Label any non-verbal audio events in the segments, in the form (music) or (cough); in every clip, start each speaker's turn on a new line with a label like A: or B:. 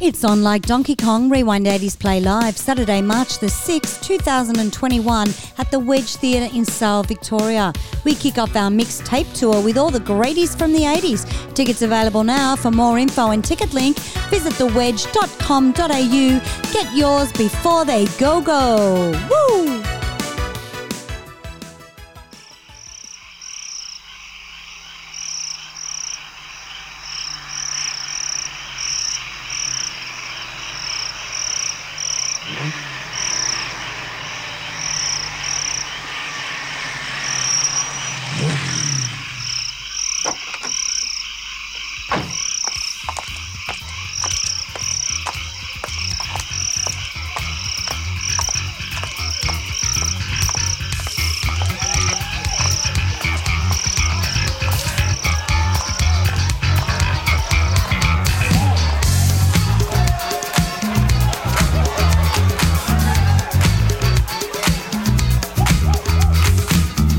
A: It's on like Donkey Kong Rewind 80s Play Live, Saturday, March the 6th, 2021, at the Wedge Theatre in Sale, Victoria. We kick off our mixtape tour with all the greaties from the 80s. Tickets available now. For more info and ticket link, visit thewedge.com.au. Get yours before they go go. Woo!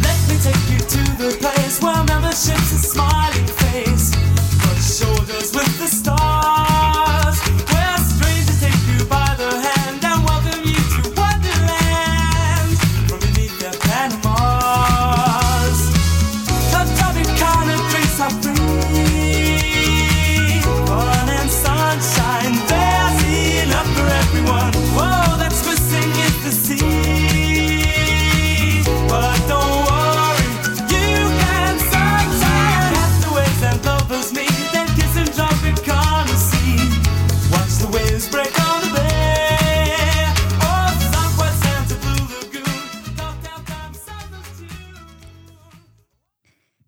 B: Let me take you to the place where membership's a smiling face, but shoulders with the stars. Where strangers take you by the hand and welcome you to Wonderland from beneath their Panamas. The tubby kind of drinks are free, fun and sunshine. There's enough for everyone. Whoa, that's missing is the sea. But don't worry, you can sunshine. Castaways and lovers meet, then kiss and jump in sea. Watch the waves break on the bay. Oh, somewhere Santa Blue Lagoon. Downtown time, summer's June.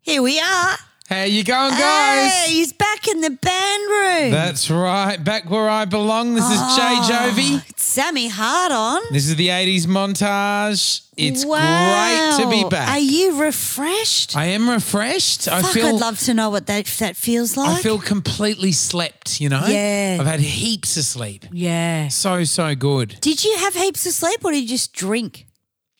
A: Here we are.
C: How you going, guys?
A: Hey, he's back in the band room.
C: That's right. Back where I belong. This is
A: Ah.
C: Jay Jovi.
A: It's Oh, Sammy Hard on.
C: This is the 80s montage. It's
A: Wow.
C: great to be back.
A: Are you refreshed?
C: I am refreshed. I
A: Fuck,
C: feel
A: I'd love to know what that that feels like.
C: I feel completely slept, you know?
A: Yeah.
C: I've had heaps of sleep.
A: yeah.
C: So, so good.
A: Did you have heaps of sleep, or did you just drink?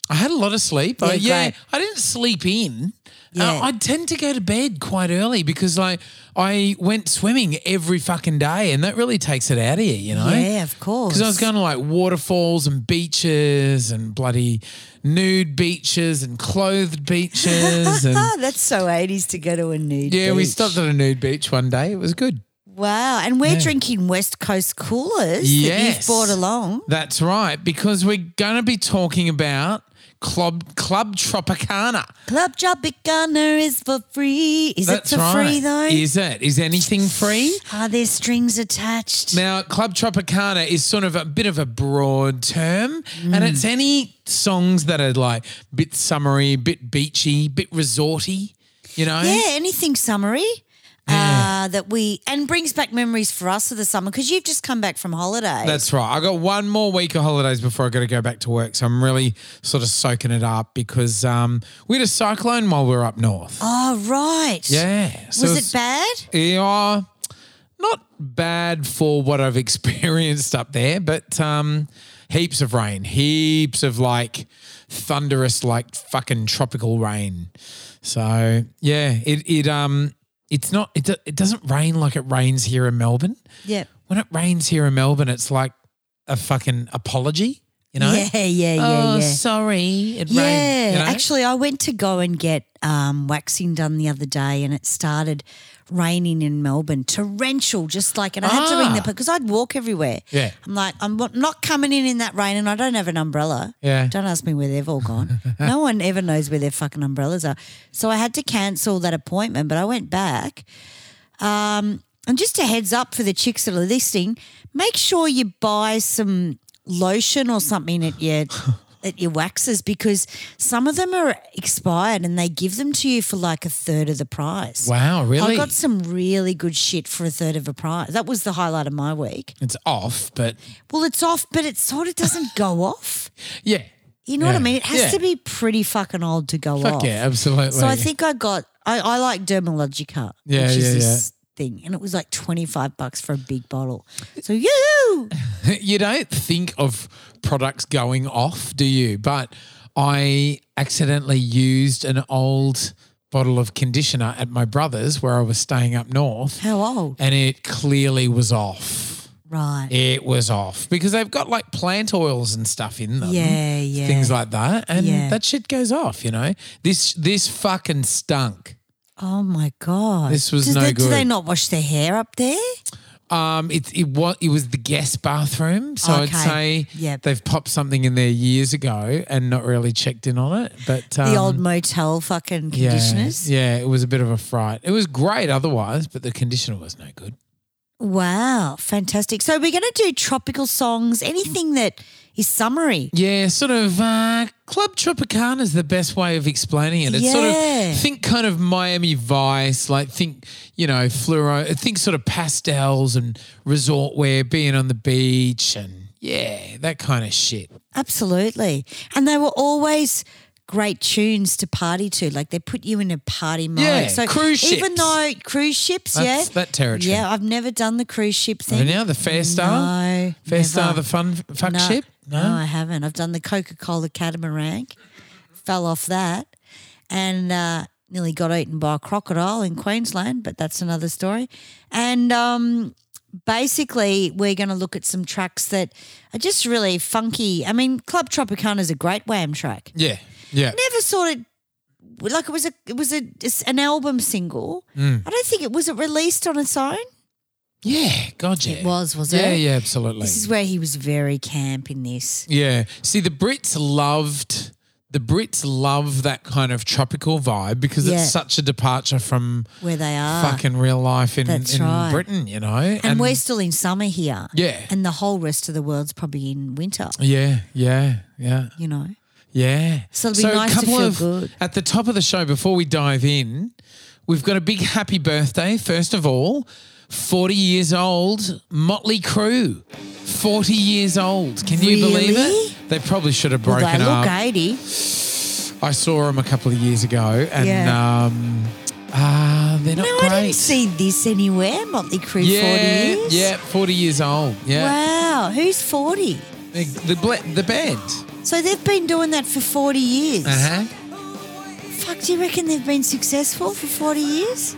C: I had a lot of sleep.
A: Yeah,
C: I, yeah
A: great.
C: I didn't sleep in.
A: Yeah.
C: Uh, I tend to go to bed quite early because I I went swimming every fucking day, and that really takes it out of you, you know.
A: Yeah, of course.
C: Because I was going to like waterfalls and beaches and bloody nude beaches and clothed beaches
A: (laughs)
C: and
A: Oh, that's so eighties to go to a nude.
C: yeah, we
A: beach.
C: stopped at a nude beach one day. It was good.
A: Wow, and we're drinking West Coast coolers that you've
C: Yes.
A: brought along.
C: That's right, because we're going to be talking about club club Tropicana.
A: Club Job Big Gunner is for free. Is
C: That's
A: it for
C: right.
A: free though?
C: Is it? Is anything free?
A: Are there strings attached?
C: Now, Club Tropicana is sort of a bit of a broad term,
A: Mm.
C: and it's any songs that are like bit summery, bit beachy, bit resorty, you know?
A: Yeah, anything summary uh, that we and brings back memories for us of the summer because you've just come back from holiday.
C: That's right. I got one more week of holidays before I got to go back to work, so I'm really sort of soaking it up because um, we had a cyclone while we were up north.
A: oh right.
C: yeah. So
A: was
C: it's-
A: it bad?
C: Yeah, not bad for what I've (laughs) experienced up there, but um, heaps of rain, heaps of like thunderous, like fucking tropical rain. So yeah, it it um it's not it do- it doesn't rain like it rains here in Melbourne.
A: Yeah.
C: When it rains here in Melbourne, it's like a fucking apology, you know?
A: Yeah, yeah, yeah,
C: oh,
A: yeah.
C: sorry, it
A: Yeah,
C: rained. you know?
A: actually, I went to go and get um, waxing done the other day, and it started raining in Melbourne, torrential, just like. And I had to ring the
C: Ah.
A: because I'd walk everywhere.
C: Yeah.
A: I'm like, I'm wa- not coming in in that rain, and I don't have an umbrella.
C: Yeah.
A: don't ask me where they've all gone.
C: (laughs)
A: no one ever knows where their fucking umbrellas are. So I had to cancel that appointment, but I went back. Um, and just a heads up for the chicks that are listening, make sure you buy some lotion or something
C: (laughs)
A: at your at your waxes because some of them are expired and they give them to you for like a third of the price.
C: Wow, really?
A: I got some really good shit for a third of a price. That was the highlight of my week.
C: it's off, but
A: Well, it's off, but it sort of doesn't go off.
C: yeah.
A: You know what I
C: Yeah.
A: mean? It has
C: Yeah.
A: to be pretty fucking old to go
C: Fuck
A: off.
C: yeah, absolutely.
A: So I think I got I, I like Dermalogica,
C: Yeah,
A: which is
C: yeah,
A: this thing, and it was like twenty five bucks for a big bottle. So yoo
C: you don't think of products going off, do you? But I accidentally used an old bottle of conditioner at my brother's where I was staying up north
A: How old?
C: and it clearly was off.
A: Right.
C: it was off because they've got like plant oils and stuff in them.
A: Yeah, yeah.
C: Things like that. And
A: Yeah.
C: that shit goes off, you know. This this fucking stunk.
A: Oh my god.
C: This was
A: Does
C: no
A: they, Do they
C: good.
A: not wash their hair up there?
C: Um it it was it was the guest bathroom. So I'd
A: Okay.
C: say
A: Yep.
C: they've popped something in there years ago and not really checked in on it. But um,
A: The old motel fucking
C: yeah,
A: conditioners.
C: Yeah, it was a bit of a fright. It was great otherwise, but the conditioner was no good.
A: Wow, fantastic. So we're going to do tropical songs, anything that is summery.
C: Yeah, sort of uh, Club Tropicana is the best way of explaining it. It's sort
A: Yeah.
C: of think kind of Miami Vice, like think you know fluoro, think sort of pastels and resort wear, being on the beach and yeah, that kind of shit.
A: Absolutely. And they were always great tunes to party to. Like they put you in a party mode.
C: Yeah,
A: so
C: cruise
A: Even
C: ships.
A: though cruise ships,
C: That's
A: yeah.
C: that territory.
A: Yeah, I've never done the cruise ship
C: Remember
A: thing.
C: now the Fair Star,
A: No,
C: Fair Star,
A: never.
C: the fun fuck
A: no,
C: ship.
A: No? I haven't. I've done the Coca Cola catamaran, fell off that, and uh, nearly got eaten by a crocodile in Queensland, but that's another story. And um, basically, we're going to look at some tracks that are just really funky. I mean, Club Tropicana is a great wham track.
C: yeah, yeah.
A: Never saw it. Like it was a it was a it's an album single. I don't think it was it released on its own.
C: Yeah, God, yeah.
A: It was, was
C: yeah,
A: it?
C: Yeah, absolutely.
A: This is where he was very camp in this.
C: yeah. See, the Brits loved the Brits love that kind of tropical vibe because
A: Yeah.
C: it's such a departure from
A: Where they are
C: fucking real life in,
A: That's
C: in
A: right.
C: Britain, you know. And,
A: And, we're still in summer here.
C: Yeah.
A: And the whole rest of the world's probably in winter,
C: yeah, yeah, yeah,
A: you know.
C: yeah.
A: So it'll be nice to feel
C: of
A: good.
C: at the top of the show before we dive in, we've got a big happy birthday. First of all, forty years old, Motley Crue, forty years old. Can you believe
A: Really?
C: it? They probably should have
A: Although
C: broken
A: I
C: up.
A: look 80.
C: I saw them a couple of years ago, and
A: Yeah.
C: um, ah, they're not
A: No,
C: great.
A: I didn't see this anywhere, Motley Crue
C: yeah,
A: 40 years.
C: yeah, forty years old. Yeah,
A: Wow. Who's 40?
C: the the, ble- the band.
A: So they've been doing that for 40 years.
C: Uh-huh.
A: Fuck, do you reckon they've been successful for 40 years?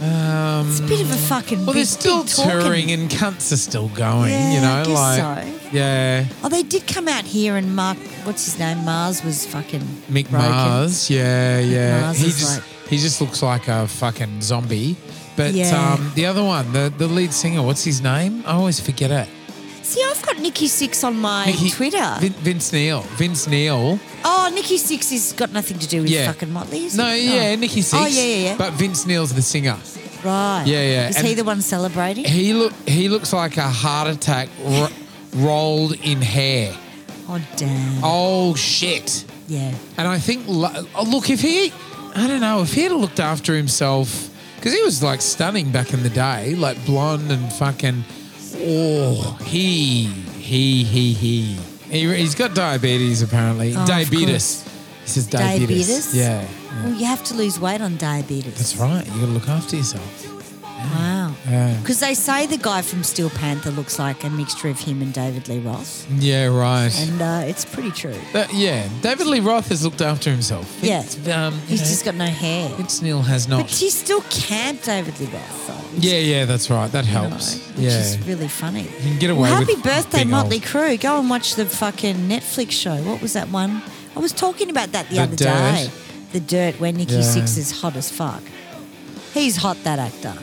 C: Um,
A: It's a bit of a fucking
C: well,
A: big,
C: they're still
A: big talking.
C: touring and cunts are still going,
A: Yeah,
C: you know?
A: I guess
C: like,
A: so.
C: yeah,
A: Oh, they did come out here and Mark, what's his name? Mars was fucking
C: Mick
A: broken.
C: Mars. Yeah, yeah.
A: Mars
C: he,
A: is
C: just,
A: like-
C: he just looks like a fucking zombie. But
A: Yeah.
C: um, the other one, the, the lead singer, what's his name? I always forget it.
A: See, I've got Nikki Six on my
C: Nicky-
A: Twitter.
C: Vin, Vince Neil. Vince Neil.
A: Oh, Nikki Six has got nothing to do with
C: Yeah.
A: fucking Motley, is
C: No,
A: it?
C: yeah, Nicky Six.
A: Oh, yeah, yeah, yeah.
C: But Vince Neil's the singer.
A: right.
C: Yeah, yeah,
A: Is
C: and-
A: he the one celebrating?
C: He look he looks like a heart attack ro- rolled in hair.
A: Oh, damn.
C: Oh shit.
A: Yeah.
C: And I think, lo- oh, look, if he, I don't know, if he had looked after himself, because he was like stunning back in the day, like blonde and fucking, oh, he, he, he, he. he he's got diabetes apparently.
A: Oh, of
C: diabetes. He says diabetes.
A: Diabetes?
C: Yeah.
A: Well, you have to lose weight on diabetes.
C: That's right. You got to look after yourself.
A: Wow.
C: Yeah.
A: Because they say the guy from Steel Panther looks like a mixture of him and David Lee Roth.
C: Yeah, right.
A: And uh, it's pretty true.
C: That- yeah, David Lee Roth has looked after himself.
A: Yeah.
C: It's, um, you
A: He's
C: know,
A: just got no hair.
C: Vince Neil has not.
A: But she's still camped David Lee Roth, though.
C: yeah, yeah, that's right. That
A: You know,
C: helps.
A: which
C: yeah.
A: is really funny.
C: You can get away
A: happy
C: with
A: birthday,
C: being
A: Motley
C: old.
A: Crue. Go and watch the fucking Netflix show. What was that one? I was talking about that the,
C: The
A: other
C: Dirt.
A: day. The Dirt, where Nikki
C: Yeah.
A: Six is hot as fuck. He's hot, that actor.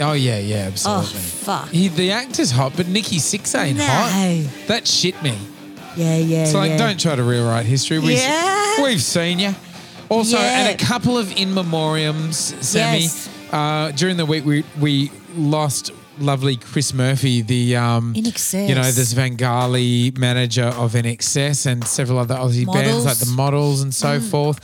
C: Oh yeah, yeah, absolutely.
A: Oh, fuck.
C: He, the actor's hot, but Nikki Six ain't
A: No.
C: hot. That shit me.
A: Yeah, yeah.
C: It's like
A: yeah.
C: don't try to rewrite history. We've,
A: Yeah.
C: we've seen you. Also,
A: Yeah.
C: and a couple of in memoriams, Sammy.
A: Yes.
C: Uh, during the week, we we lost lovely Chris Murphy, the um,
A: In Excess.
C: You know, the Svengali manager of NXS and several other Aussie
A: Models. Mm.
C: bands like the Models and so forth.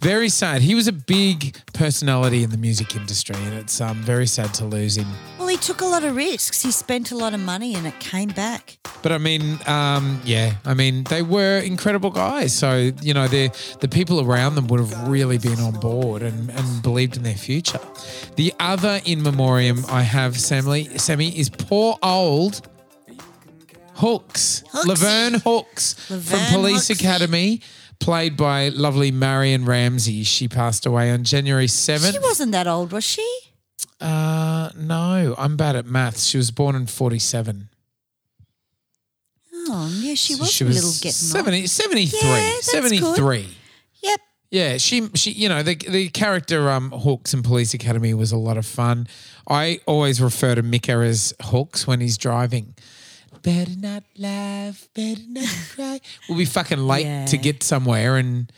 C: Very sad. He was a big personality in the music industry, and it's um, very sad to lose him.
A: Well, he took a lot of risks. He spent a lot of money, and it came back.
C: But I mean, um, yeah, I mean, they were incredible guys. So, you know, the the people around them would have really been on board and, and believed in their future. The other in memoriam I have, Sammy, Sammy is poor old Hooks,
A: Hooks.
C: Laverne Hooks from
A: Laverne
C: Police
A: Hooks.
C: Academy, played by lovely Marion Ramsey. She passed away on January 7th.
A: She wasn't that old, was she?
C: Uh, no, I'm bad at maths. She was born in 47.
A: Oh, yeah, she was
C: she
A: a
C: was
A: little
C: 70,
A: getting on.
C: 73.
A: Yeah, that's good.
C: 73.
A: Yep.
C: Yeah, she she you know the the character um Hawks in Police Academy was a lot of fun. I always refer to Mika as Hawks when he's driving. Better not laugh, better not
A: (laughs)
C: cry. We'll be fucking late
A: Yeah.
C: to get somewhere and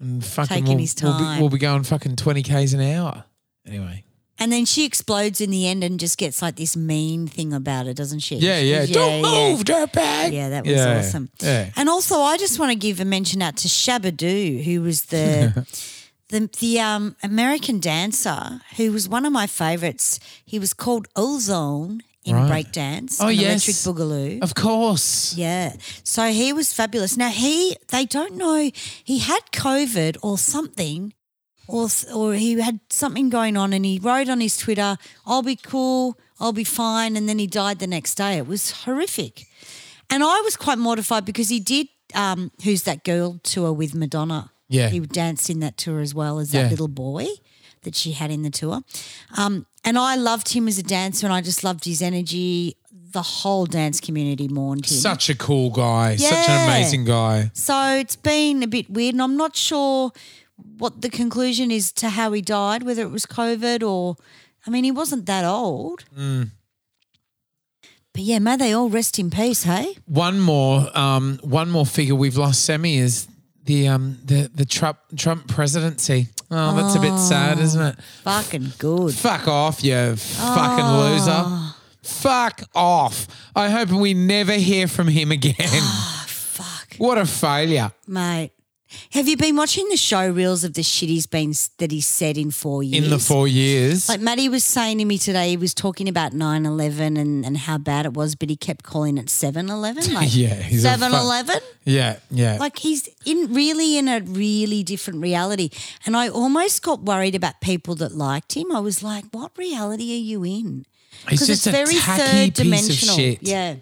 C: and fucking
A: Taking
C: we'll,
A: his
C: We'll,
A: time.
C: be, we'll be going fucking twenty k's an hour. Anyway,
A: And then she explodes in the end and just gets like this mean thing about it, doesn't she?
C: yeah, yeah. Don't
A: yeah.
C: move, dirtbag.
A: Yeah, that was
C: Yeah,
A: awesome.
C: Yeah.
A: And also, I just want to give a mention out to Shabadoo, who was
C: (laughs)
A: the the the um, American dancer who was one of my favorites. He was called Ozone in
C: Right.
A: breakdance.
C: Oh,
A: and
C: yes.
A: Electric Boogaloo.
C: Of course.
A: Yeah. So he was fabulous. Now he, they don't know, he had COVID or something, or or he had something going on, and he wrote on his Twitter, "I'll be cool, I'll be fine," and then he died the next day. It was horrific, and I was quite mortified because he did. Um, Who's that girl tour with Madonna?
C: Yeah.
A: he danced in that tour as well as
C: Yeah.
A: that little boy that she had in the tour. Um, and I loved him as a dancer, and I just loved his energy. The whole dance community mourned him.
C: Such a cool guy. Such an
A: Yeah.
C: amazing guy.
A: So it's been a bit weird, and I'm not sure what the conclusion is to how he died, whether it was COVID or, I mean, he wasn't that old.
C: Mm.
A: But yeah, may they all rest in peace, hey?
C: one more um, one more figure we've lost semi is the um, the the Trump Trump presidency. Oh, that's a
A: Ah.
C: bit sad, isn't it?
A: Fucking good.
C: Fuck off, you
A: Ah.
C: fucking loser. Fuck off. I hope we never hear from him again.
A: Ah, Fuck,
C: what a failure.
A: mate. Have you been watching the show reels of the shit he's been that he's said in four years?
C: In the four years.
A: Like Maddie was saying to me today, he was talking about 9 11 and, and how bad it was, but he kept calling it
C: (laughs)
A: 7 11. Like
C: (laughs) Yeah, he's a fuck-
A: 7 11?
C: yeah, yeah.
A: Like he's in really in a really different reality. And I almost got worried about people that liked him. I was like, what reality are you in?
C: He's just a tacky piece of shit.
A: Yeah.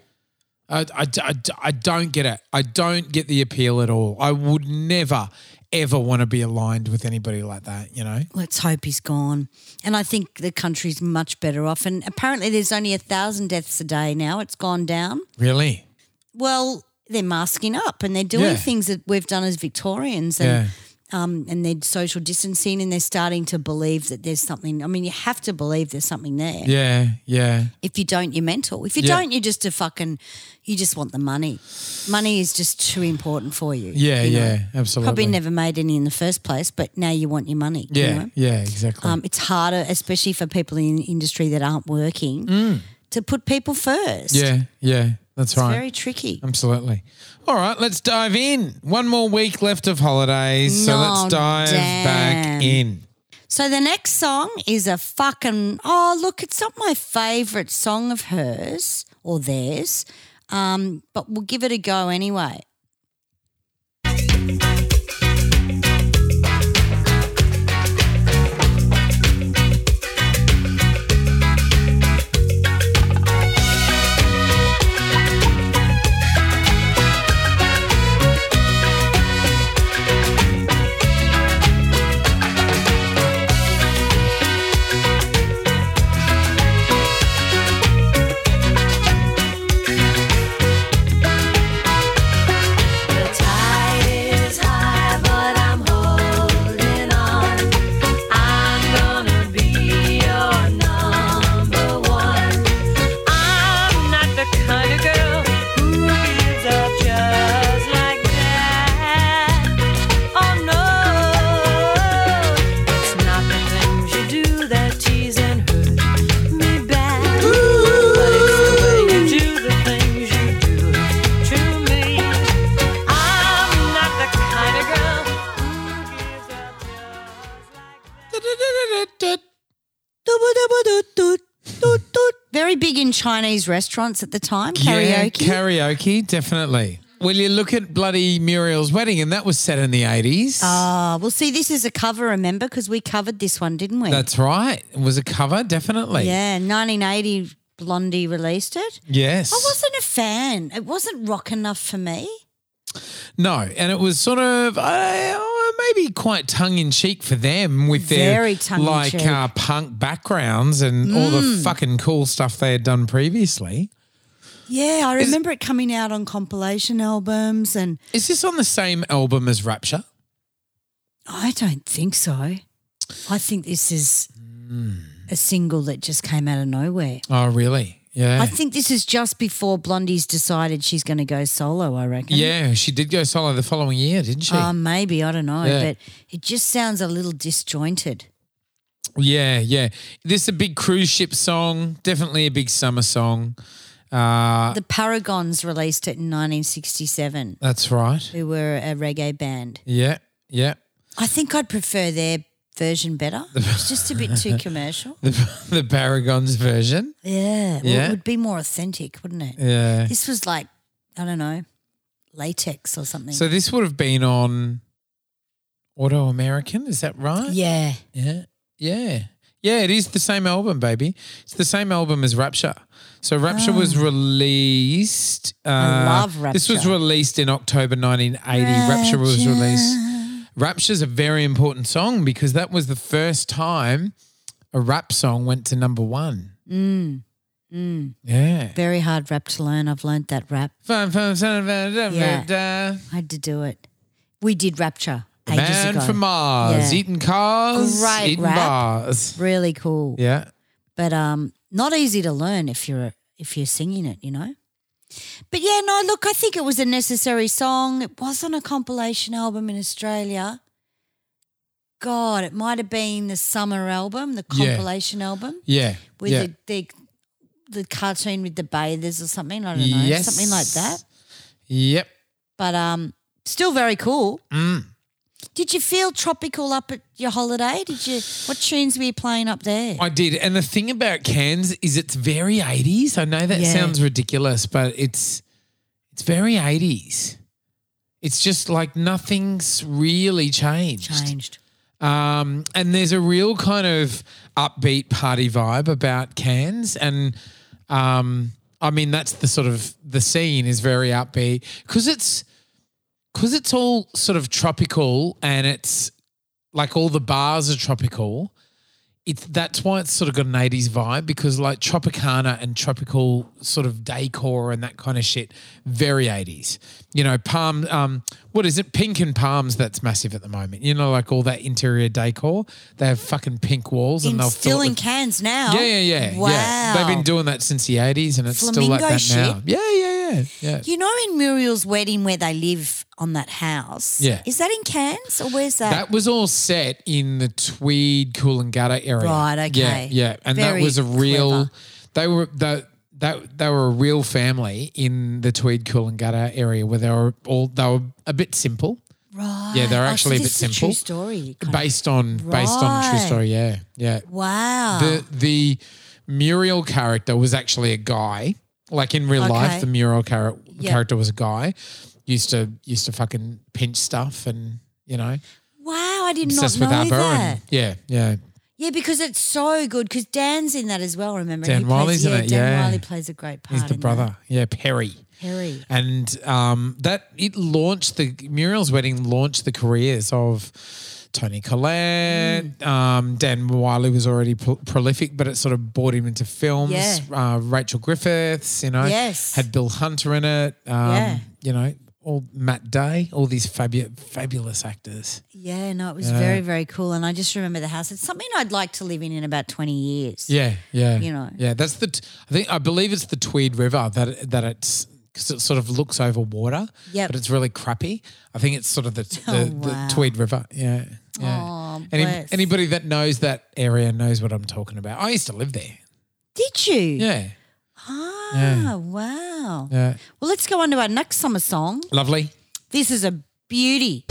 C: I, I, I, I don't get it. I don't get the appeal at all. I would never, ever want to be aligned with anybody like that, you know?
A: Let's hope he's gone. And I think the country's much better off. And apparently there's only a thousand deaths a day now. It's gone down.
C: Really?
A: Well, they're masking up and they're doing
C: Yeah.
A: things that we've done as Victorians and
C: Yeah.
A: um, and they're social distancing and they're starting to believe that there's something. I mean, you have to believe there's something there.
C: Yeah. Yeah.
A: If you don't, you're mental. If you
C: Yeah.
A: don't, you're just a fucking. You just want the money. Money is just too important for you.
C: Yeah.
A: you know?
C: yeah. Absolutely.
A: Probably never made any in the first place, but now you want your money. you
C: Yeah.
A: know?
C: Yeah. Exactly.
A: Um, it's harder, especially for people in the industry that aren't working, to put people first.
C: Mm. yeah. Yeah. That's
A: It's
C: right.
A: very tricky.
C: Absolutely. All right, let's dive in. One more week left of holidays, so let's
A: No,
C: dive
A: damn.
C: back in.
A: So the next song is a fucking oh look, it's not my favorite song of hers or theirs, um, but we'll give it a go anyway.
D: The tide is high, but I'm holding on. I'm gonna be your number one. I'm not the kind of girl who gives up just like that. Oh no, it's not the things you do that tease and hurt me back, but it's the way you do the things you do to me. I'm not the kind of girl who gives up just like that.
A: Very big in Chinese restaurants at the time,
C: Yeah,
A: karaoke.
C: karaoke, definitely. Well, you look at bloody Muriel's wedding, and that was set in the 80s.
A: Ah, well, see, this is a cover, remember? Because we covered this one, didn't we?
C: That's right. It was a cover, definitely.
A: yeah, 1980 Blondie released it.
C: Yes.
A: I wasn't a fan. It wasn't rock enough for me.
C: No, and it was sort of uh, maybe quite tongue in cheek for them with their
A: Very tongue-in-cheek. Mm.
C: like uh, punk backgrounds and all the fucking cool stuff they had done previously.
A: Yeah, I remember it coming out on compilation albums, and
C: Is this on the same album as Rapture?
A: I don't think so. I think this is a single that just came out of nowhere.
C: Oh, really? Yeah.
A: I think this is just before Blondie's decided she's going to go solo. I reckon.
C: yeah, she did go solo the following year, didn't she?
A: Uh, maybe I don't know,
C: Yeah.
A: but it just sounds a little disjointed.
C: Yeah, yeah. This is a big cruise ship song, definitely a big summer song. Uh,
A: the Paragons released it in 1967.
C: That's right.
A: Who were a reggae band?
C: Yeah, yeah.
A: I think I'd prefer their version
C: (laughs)
A: better. It's just a bit too commercial.
C: The, (laughs) the Paragons version.
A: Yeah, well,
C: Yeah.
A: it would be more authentic, wouldn't it?
C: Yeah.
A: This was like I don't know, latex or something.
C: So this would have been on Auto American, is that right?
A: yeah,
C: Yeah. Yeah. Yeah, it is the same album, baby. It's the same album as Rapture. So Rapture was released. Uh,
A: Ah. love
C: This was
A: Rapture.
C: released in October 1980. Rapture was released. Rapture's a very important song because that was the first time a rap song went to number one.
A: Mm.
C: Yeah.
A: very hard rap to learn. I've learned that rap.
C: Fun, fun, fun, fun, fun,
A: Yeah.
C: fun.
A: I had to do it. We did Rapture ages
C: Man
A: ago.
C: from Mars,
A: Yeah.
C: eating cars,
A: Great
C: eating
A: rap.
C: bars.
A: really cool,
C: Yeah.
A: but um, not easy to learn if you're if you're singing it, you know. But yeah, no, look, I think it was a necessary song. It was on a compilation album in Australia. God, it might have been the summer album, the
C: Yeah.
A: compilation album.
C: Yeah.
A: with
C: yeah.
A: the, the the cartoon with the bathers or something. I don't know,
C: Yes.
A: something like that.
C: Yep.
A: But um, still very cool.
C: Mm.
A: Did you feel tropical up at your holiday? Did you? What tunes were you playing up there?
C: I did. And the thing about Cairns is it's very 80s. I know that
A: Yeah.
C: sounds ridiculous, but it's it's very 80s. It's just like nothing's really changed.
A: Changed.
C: Um, and there's a real kind of upbeat party vibe about Cairns, and um, I mean that's the sort of the scene is very upbeat because it's because it's all sort of tropical and it's like all the bars are tropical. It's that's why it's sort of got an eighties vibe because like Tropicana and tropical sort of decor and that kind of shit, very eighties. You know, palm. Um, what is it? Pink and palms. That's massive at the moment. You know, like all that interior decor. They have fucking pink walls
A: In,
C: and they'll
A: still
C: fill it
A: in
C: with-
A: cans now.
C: yeah, yeah, yeah.
A: Wow.
C: Yeah. They've been doing that since the eighties and it's still like
A: Flamingo
C: that
A: shit.
C: now. Yeah, yeah, yeah, yeah.
A: You know, in Muriel's wedding where they live on that house.
C: Yeah.
A: Is that in Cairns or where's that?
C: That was all set in the Tweed Coolangatta area.
A: Right,
C: Yeah,
A: okay.
C: yeah. And
A: Very
C: that was a real
A: clever.
C: they were that that they were a real family in the Tweed Coolangatta area where they were all they were a bit simple.
A: right.
C: Yeah, they're
A: Oh, so
C: actually a
A: this
C: bit
A: is
C: simple.
A: true story. kind of-
C: Based on based on true
A: Right.
C: story, yeah. Yeah.
A: Wow.
C: The the Muriel character was actually a guy. Like in real life,
A: Okay.
C: the Muriel char-
A: Yeah.
C: character was a guy. Used to used to fucking pinch stuff and you know
A: wow, I did not
C: obsessed
A: know
C: with ABBA
A: that.
C: and yeah, yeah.
A: Yeah, because it's so good. Because Dan's in that as well. Remember,
C: Dan
A: He plays-
C: Wiley's in
A: yeah,
C: it,
A: Dan
C: yeah.
A: Wiley plays a great part.
C: He's the
A: in that.
C: brother. Yeah, Perry.
A: Harry.
C: And um, that it launched the Muriel's wedding launched the careers of Tony Collette.
A: Mm.
C: Um, Dan Wiley was already pro- prolific, but it sort of brought him into films.
A: Yeah.
C: Uh, Rachel Griffiths, you know,
A: Yes.
C: had Bill Hunter in it. Um,
A: Yeah.
C: you know, all Matt Day, all these fabu- fabulous actors.
A: Yeah, no, it was very, very cool. And I just remember the house. It's something I'd like to live in in about twenty years.
C: Yeah, yeah,
A: You know.
C: yeah. That's the. T- I think I believe it's the Tweed River that that it's because it sort of looks over water.
A: Yep.
C: but it's really crappy. I think it's
A: (laughs)
C: sort of the the,
A: Oh,
C: the
A: wow.
C: Tweed River. Yeah. Yeah.
A: Aw, bless.
C: anybody that knows that area knows what I'm talking about. I used to live there.
A: Did you?
C: Yeah.
A: Ah,
C: Yeah.
A: wow.
C: Yeah.
A: Well, let's go on to our next summer song.
C: Lovely.
A: This is a beauty.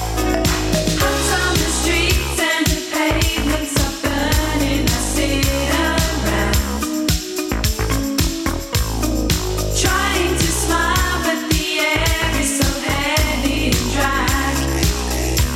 D: House on the streets and the pavements are burning. I sit around trying to smile, but the air is so heavy and dry.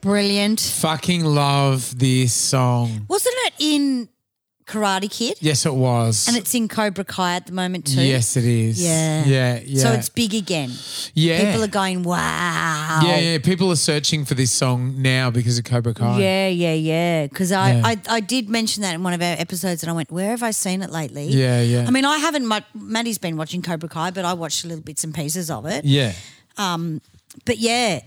A: Brilliant.
C: Fucking love this song.
A: Wasn't it in Karate Kid?
C: Yes, it was.
A: And it's in Cobra Kai at the moment too.
C: yes, it is.
A: Yeah.
C: yeah, yeah.
A: So it's big again.
C: yeah.
A: People are going, wow.
C: yeah, yeah. People are searching for this song now because of Cobra Kai.
A: Yeah, yeah, yeah. Because I,
C: Yeah.
A: I, I did mention that in one of our episodes, and I went, "Where have I seen it lately?"
C: Yeah, yeah.
A: I mean, I haven't. Much, Maddie's been watching Cobra Kai, but I watched little bits and pieces of it.
C: yeah.
A: But yeah,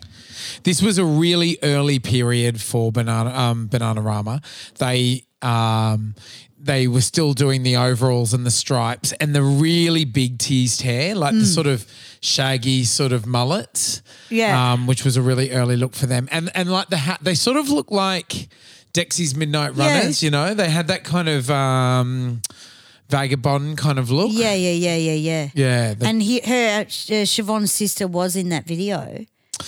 C: This was a really early period for Banana um, Bananarama. They um, they were still doing the overalls and the stripes and the really big teased hair, like
A: Hmm.
C: the sort of shaggy sort of mullets.
A: Yeah.
C: um, which was a really early look for them. And and like the hat, they sort of look like Dexy's Midnight
A: Yeah.
C: Runners. You know, they had that kind of um, vagabond kind of look.
A: yeah, yeah, yeah, yeah, yeah.
C: yeah. the-
A: And he, her, uh, Siobhan's sister was in that video,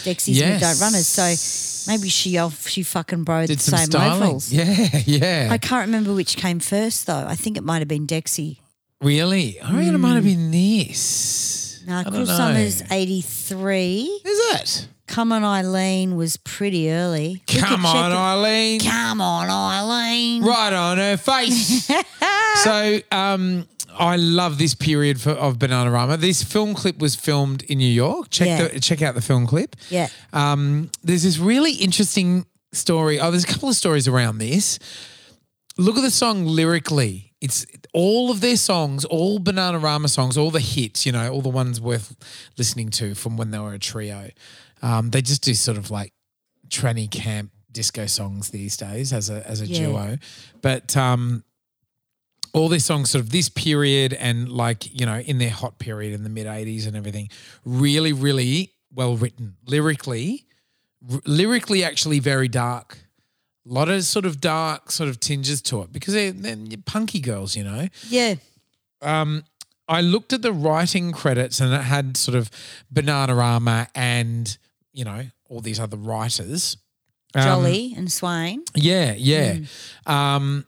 A: Dexy's
C: Yes.
A: Midnight Runners. So maybe she off, she fucking borrowed
C: did
A: the
C: some
A: same
C: styling.
A: overalls.
C: (laughs) Yeah, yeah.
A: I can't remember which came first though. I think it might have been Dexy.
C: Really? I reckon it might have been this.
A: No,
C: I don't
A: Hmm. Cruel
C: know.
A: Summer's eighty three.
C: Is it?
A: Come on, Eileen was pretty early. We could
C: Come
A: check
C: on,
A: it.
C: Eileen.
A: Come on, Eileen.
C: Right on her
A: (laughs)
C: face. so um, I love this period for, of Bananarama. This film clip was filmed in New York. Check
A: Yeah.
C: the, check out the film clip.
A: Yeah.
C: Um, there's this really interesting story. Oh, there's a couple of stories around this. Look at the song lyrically. It's all of their songs, all Bananarama songs, all the hits, you know, all the ones worth listening to from when they were a trio. Um, they just do sort of like tranny camp disco songs these days as a as a
A: Yeah.
C: duo. But um all their songs sort of this period and like, you know, in their hot period in the mid 80s and everything, really, really well written. Lyrically, r- lyrically actually very dark. A lot of sort of dark sort of tinges to it because they're, they're punky girls, you know.
A: Yeah.
C: I looked at the writing credits and it had sort of Bananarama and, you know, all these other writers. Um,
A: Jolly and Swain.
C: Yeah, yeah. Um,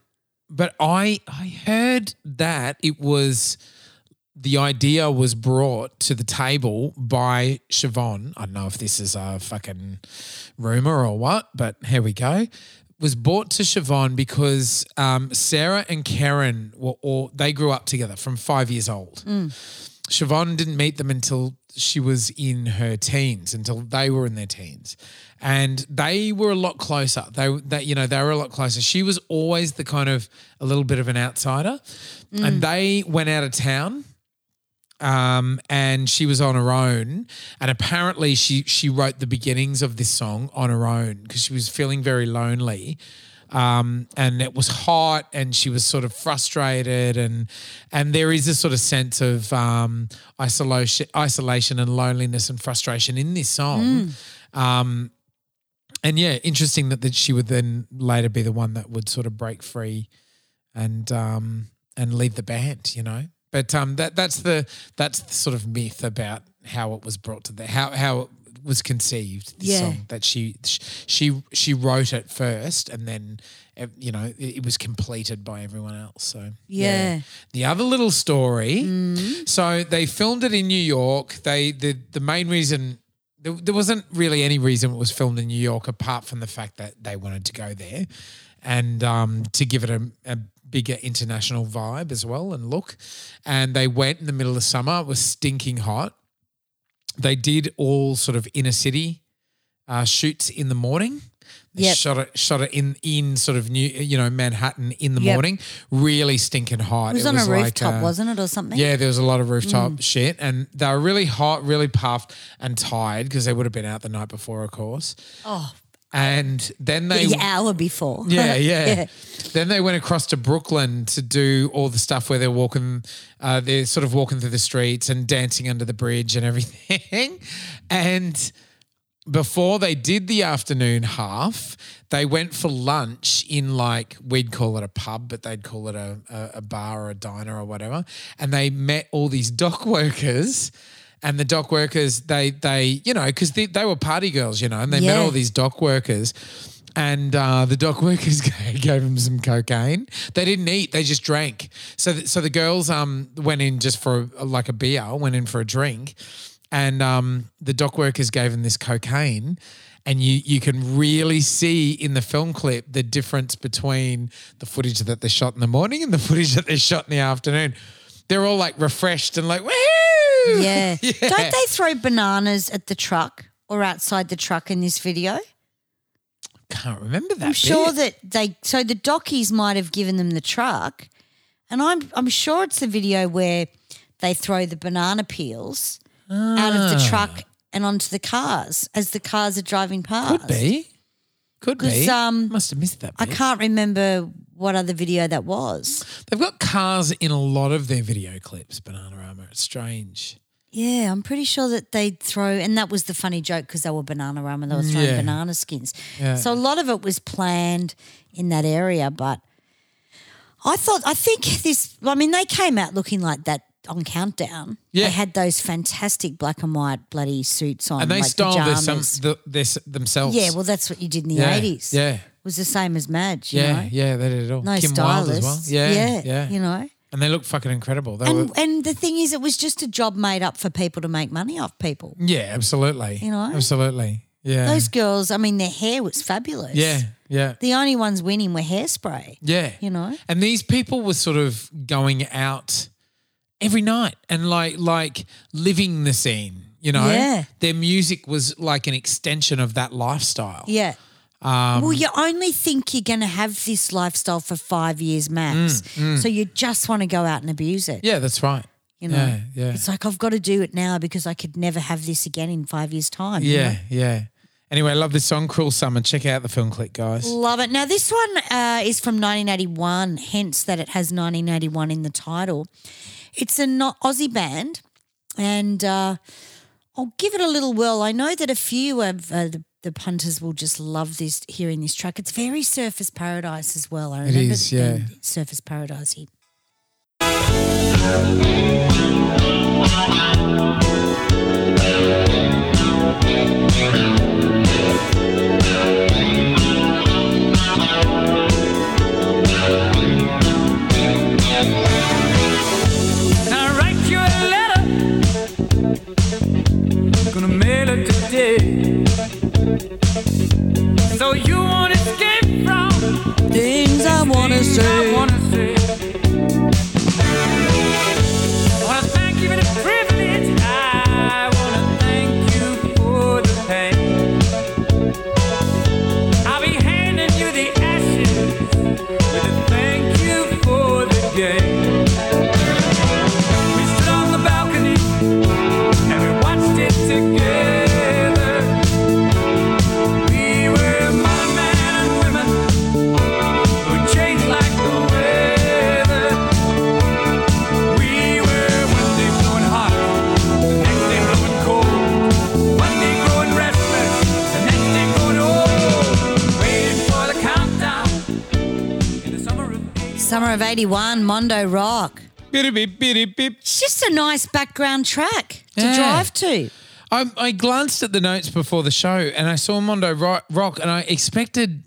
C: but I I heard that it was the idea was brought to the table by Siobhan. I don't know if this is a fucking rumor or what, but here we go. Was brought to Siobhan because um, Sarah and Karen were all they grew up together from five years old. Siobhan didn't meet them until she was in her teens, until they were in their teens, and they were a lot closer. They that you know they were a lot closer. She was always the kind of a little bit of an outsider, and they went out of town. Um, and she was on her own, and apparently she she wrote the beginnings of this song on her own because she was feeling very lonely um, and it was hot and she was sort of frustrated and and there is a sort of sense of um, isolation isolation and loneliness and frustration in this song um, and yeah interesting that, that she would then later be the one that would sort of break free and um, and leave the band you know but um, that that's the that's the sort of myth about how it was brought to the how how it was conceived this
A: Yeah.
C: song that she she she wrote it first and then eh, you know it, it was completed by everyone else so
A: Yeah.
C: the other little story so they filmed it in new york they the the main reason there, there wasn't really any reason it was filmed in new york apart from the fact that they wanted to go there and um, to give it a, a bigger international vibe as well and look and they went in the middle of summer it was stinking hot they did all sort of inner city uh, shoots in the morning. They
A: Yep.
C: shot it, shot it in in sort of new, you know, Manhattan in the
A: Yep.
C: morning. Really stinking hot.
A: It was on a
C: like,
A: rooftop,
C: uh,
A: wasn't it, Mm. or something?
C: yeah, there was a lot of rooftop shit, and they were really hot, really puffed, and tired because they would have been out the night before, of course.
A: Oh,
C: And then they
A: the hour before. (laughs)
C: yeah, yeah, Then they went across to Brooklyn to do all the stuff where they're walking, uh, they're sort of walking through the streets and dancing under the bridge and everything. (laughs) and before they did the afternoon half, they went for lunch in like we'd call it a pub, but they'd call it a, a, a bar or a diner or whatever. And they met all these dock (laughs) workers. And the dock workers, they they you know, because they, they were party girls, you know, and they met
A: Yeah.
C: all these dock workers. And uh, the dock (laughs) workers gave them some cocaine. They didn't eat; they just drank. So, th- so the girls um went in just for a, like a beer, went in for a drink, and um, the dock workers gave him this cocaine. and you you can really see in the film clip the difference between the footage that they shot in the morning and the (laughs) footage that they shot in the afternoon. They're all like refreshed and like woohoo! (laughs)
A: Yeah. Don't they throw bananas at the truck or outside the truck in this video?
C: Can't remember that.
A: I'm sure that they so the dockies might have given them the truck, and I'm I'm sure it's the video where they throw the banana peels out of
C: Ah.
A: the truck and onto the cars as the cars are driving past.
C: could be. Could
A: 'Cause,
C: be.
A: um,
C: Must have missed that.
A: I
C: bit.
A: can't remember what other video that was.
C: They've got cars in a lot of their video clips. Bananarama. It's strange.
A: Yeah, I'm pretty sure that they'd throw, and that was the funny joke because they were banana rum and they were throwing
C: Yeah.
A: banana skins.
C: Yeah.
A: So a lot of it was planned in that area, but I thought, I think this, I mean, they came out looking like that on Countdown.
C: Yeah.
A: They had those fantastic black and white bloody suits on.
C: And they
A: like
C: stole their, some,
A: pajamas.
C: the, their, s- themselves.
A: Yeah, well, that's what you did in the
C: Yeah,
A: 80s.
C: yeah.
A: It was the same as Madge, you
C: yeah,
A: know?
C: yeah, they did it all.
A: No
C: Kim Wilde as
A: stylists.
C: well. Yeah, yeah,
A: You know?
C: and they look fucking incredible. They
A: And,
C: were,
A: and the thing is, it was just a job made up for people to make money off people.
C: yeah, absolutely.
A: You know?
C: absolutely. Yeah,
A: Those girls, I mean, their hair was fabulous.
C: yeah, yeah,
A: The only ones winning were hairspray.
C: yeah.
A: You know?
C: and these people were sort of going out every night and like like living the scene. You know,
A: Yeah.
C: their music was like an extension of that lifestyle.
A: Yeah.
C: Um,
A: well, you only think you're going to have this lifestyle for five years max. So you just want to go out and abuse it.
C: Mm, Yeah, that's right.
A: You know?
C: yeah, yeah.
A: It's like, I've got to do it now because I could never have this again in five years' time. you
C: Yeah, yeah. Anyway, I love this song, Cruel Summer. Check out the film clip, guys.
A: know? Love it. Now, this one uh, is from 1981, hence that it has 1981 in the title. It's an Aussie band, and uh, I'll give it a little whirl. I know that a few of uh, the, the punters will just love this hearing this track. It's very Surface Paradise as well. I remember
C: is, yeah.
A: being Surface Paradise. here.
B: I write you a letter. Gonna mail it today. So you won't escape from
A: Things I want to
B: things I
A: say.
B: wanna say. Wanna thank you for the privilege. I wanna thank you for the pain. I'll be handing you the ashes with a thank you for the game. We stood on the balcony and we watched it together. We were modern men and women who changed like the weather. We were one day blowing hot, the next day blowing cold. One day growing restless, the next day growing old. Waiting for the countdown in the summer of
A: Summer of 81, Mondo Rock.
C: Bitty bip, bitty bip.
A: It's just a nice background track to
C: Yeah.
A: drive to.
C: I, I glanced at the notes before the show and I saw Mondo Ro- Rock and I expected,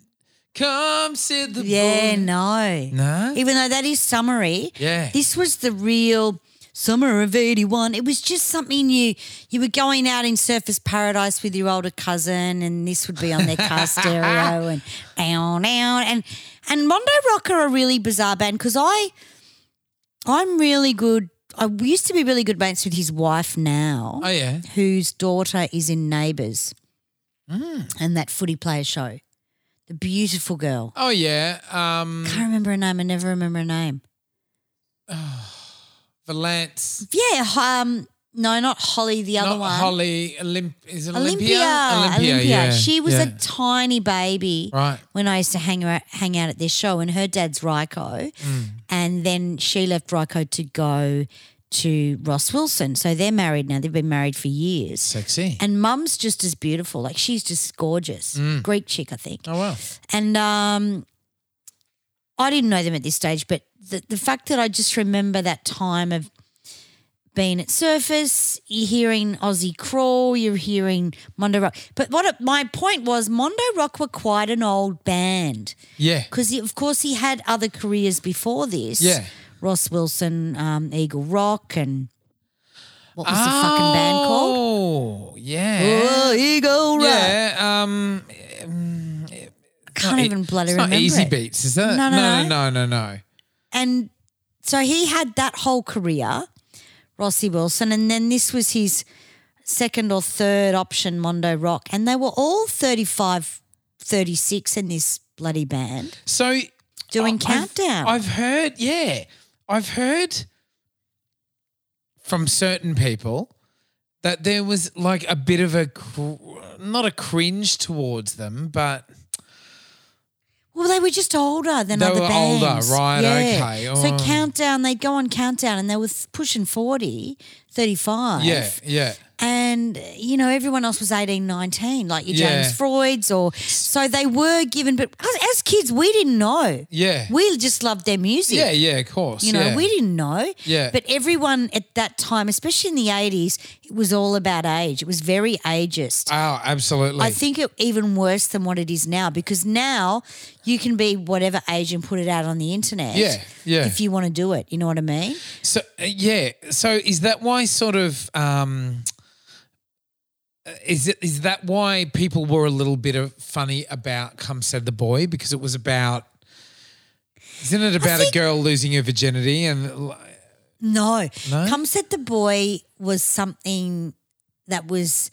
C: come sit the
A: Yeah,
C: bull."
A: no.
C: No?
A: Even though that is summary.
C: Yeah.
A: This was the real summer of 81. It was just something you you were going out in surface paradise with your older cousin and this would be on their car stereo and down down and and Mondo Rock are a really bizarre band because I I'm really good I used to be really good mates with his wife now
C: Oh, yeah.
A: whose daughter is in Neighbours and that footy player show. The beautiful girl.
C: Oh, yeah. Um,
A: I can't remember her name. I never remember her name.
C: Valance.
A: Yeah. ho- Um, no, not Holly, the other
C: Not
A: one.
C: Holly. Olymp- is it Olympia?
A: Olympia. Olympia.
C: yeah,
A: She was
C: yeah.
A: a tiny baby
C: Right.
A: when I used to hang, her, hang out at this show, and her dad's Ryko.
C: Mm.
A: And then she left Ryko to go to Ross Wilson. So they're married now. They've been married for years.
C: Sexy.
A: And mum's just as beautiful. Like she's just gorgeous. Greek chick, I think.
C: Mm. oh, wow.
A: And um, I didn't know them at this stage, but the, the fact that I just remember that time of being at Surface, you're hearing Aussie Crawl, you're hearing Mondo Rock. But what it, my point was, Mondo Rock were quite an old band
C: Yeah.
A: because, of course, he had other careers before this.
C: Yeah.
A: Ross Wilson, um, Eagle Rock, and What was the fucking band called?
C: Oh, yeah.
A: Oh, ego right.
C: Yeah. Um,
A: Can't
C: not e-
A: even bloody
C: it's
A: remember.
C: not easy
A: it.
C: beats, is it?
A: No, no,
C: no,
A: no.
C: no, no, no.
A: And so he had that whole career, Rossi Wilson, and then this was his second or third option, Mondo Rock. And they were all 35, 36 in this bloody band
C: So I- Oh,
A: doing
C: I've-
A: Countdown.
C: I've heard, yeah, I've heard from certain people that there was like a bit of a cr- not a cringe towards them, but
A: well, they were just older than
C: They
A: other
C: were older,
A: bands.
C: right,
A: yeah.
C: okay,
A: So
C: oh.
A: Countdown, they'd go on Countdown and they were pushing 40, 35.
C: yeah, yeah.
A: and you know everyone else was 18 19 like your
C: Yeah.
A: james freud's or so they were given but as, as kids we didn't know
C: Yeah.
A: we just loved their music
C: Yeah, yeah, of course.
A: you know
C: yeah.
A: we didn't know
C: Yeah.
A: but everyone at that time especially in the 80s it was all about age it was very ageist
C: Oh, absolutely.
A: I think it even worse than what it is now because now you can be whatever age and put it out on the internet.
C: Yeah, yeah.
A: If you want to do it, you know what I mean?
C: So uh, yeah, so is that why sort of um, uh, is it is that why people were a little bit of funny about "Come Said the Boy" because it was about isn't it about a
A: think-
C: girl losing her virginity and li-
A: No.
C: No?
A: Come Set the Boy was something that was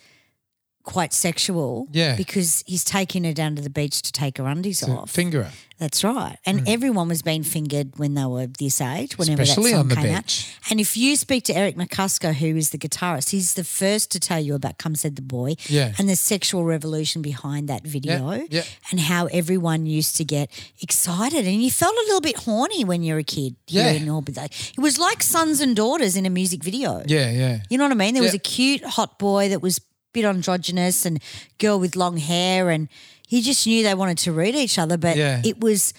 A: quite sexual.
C: Yeah.
A: Because he's taking her down to the beach to take her undies off.
C: finger her?
A: That's right. And
C: Hmm.
A: everyone was being fingered when they were this age, whenever
C: Especially
A: that song
C: on the
A: came
C: beach.
A: out. And if you speak to Eric McCusker, who is the guitarist, he's the first to tell you about Come Said the Boy
C: Yeah.
A: and the sexual revolution behind that video
C: yeah.
A: and how everyone used to get excited. And you felt a little bit horny when you were a kid.
C: Yeah.
A: hearing all- It was like sons and daughters in a music video.
C: Yeah, yeah,
A: You know what I mean? There was
C: Yeah.
A: a cute hot boy that was a bit androgynous and girl with long hair and he just knew they wanted to read each other, but
C: Yeah.
A: it was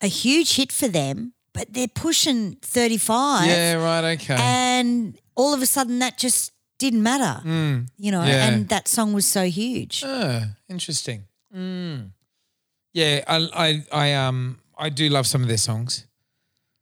A: a huge hit for them. But they're pushing thirty five
C: yeah. Right, okay.
A: and all of a sudden that just didn't matter. You know,
C: Mm. yeah.
A: and that song was so huge.
C: Oh, interesting. Mm. Yeah, I, I, I, um, I do love some of their songs.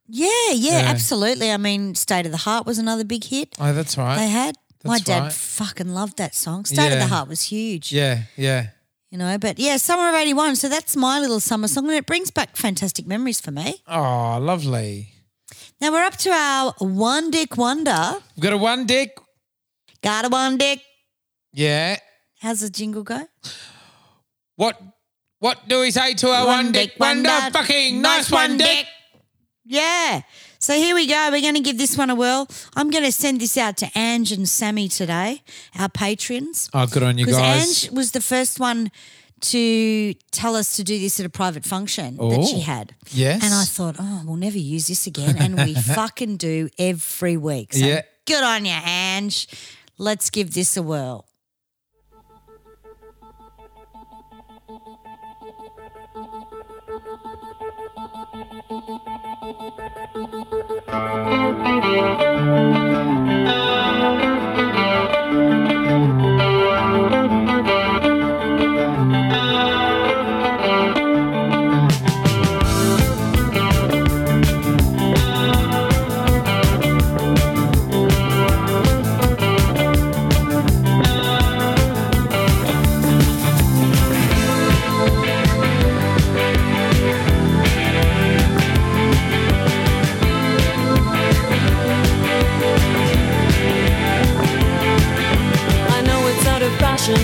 A: Yeah, yeah,
C: Yeah.
A: absolutely. I mean, State of the Heart was another big hit
C: Oh, that's right.
A: they had. My
C: That's
A: dad
C: right.
A: fucking loved that song. State of
C: Yeah.
A: the Heart was huge.
C: yeah, yeah.
A: you know. But yeah, summer of '81. So that's my little summer song, and it brings back fantastic memories for me.
C: Oh, lovely.
A: Now we're up to our one dick wonder.
C: We've got a one dick.
A: Got a one dick.
C: Yeah.
A: How's the jingle go?
C: What what do we say to our one, dick, wonder? Fucking nice one dick.
A: Yeah. So here we go. We're going to give this one a whirl. I'm going to send this out to Ange and Sammy today, our patrons.
C: Oh, good on you
A: Because
C: guys.
A: Ange was the first one to tell us to do this at a private function that she
C: Oh,
A: had.
C: yes.
A: And I thought, oh, we'll never use this again. And
C: (laughs)
A: we fucking do every week. So
C: Yeah.
A: good on you, Ange. Let's give this a whirl.
D: I know it's out of fashion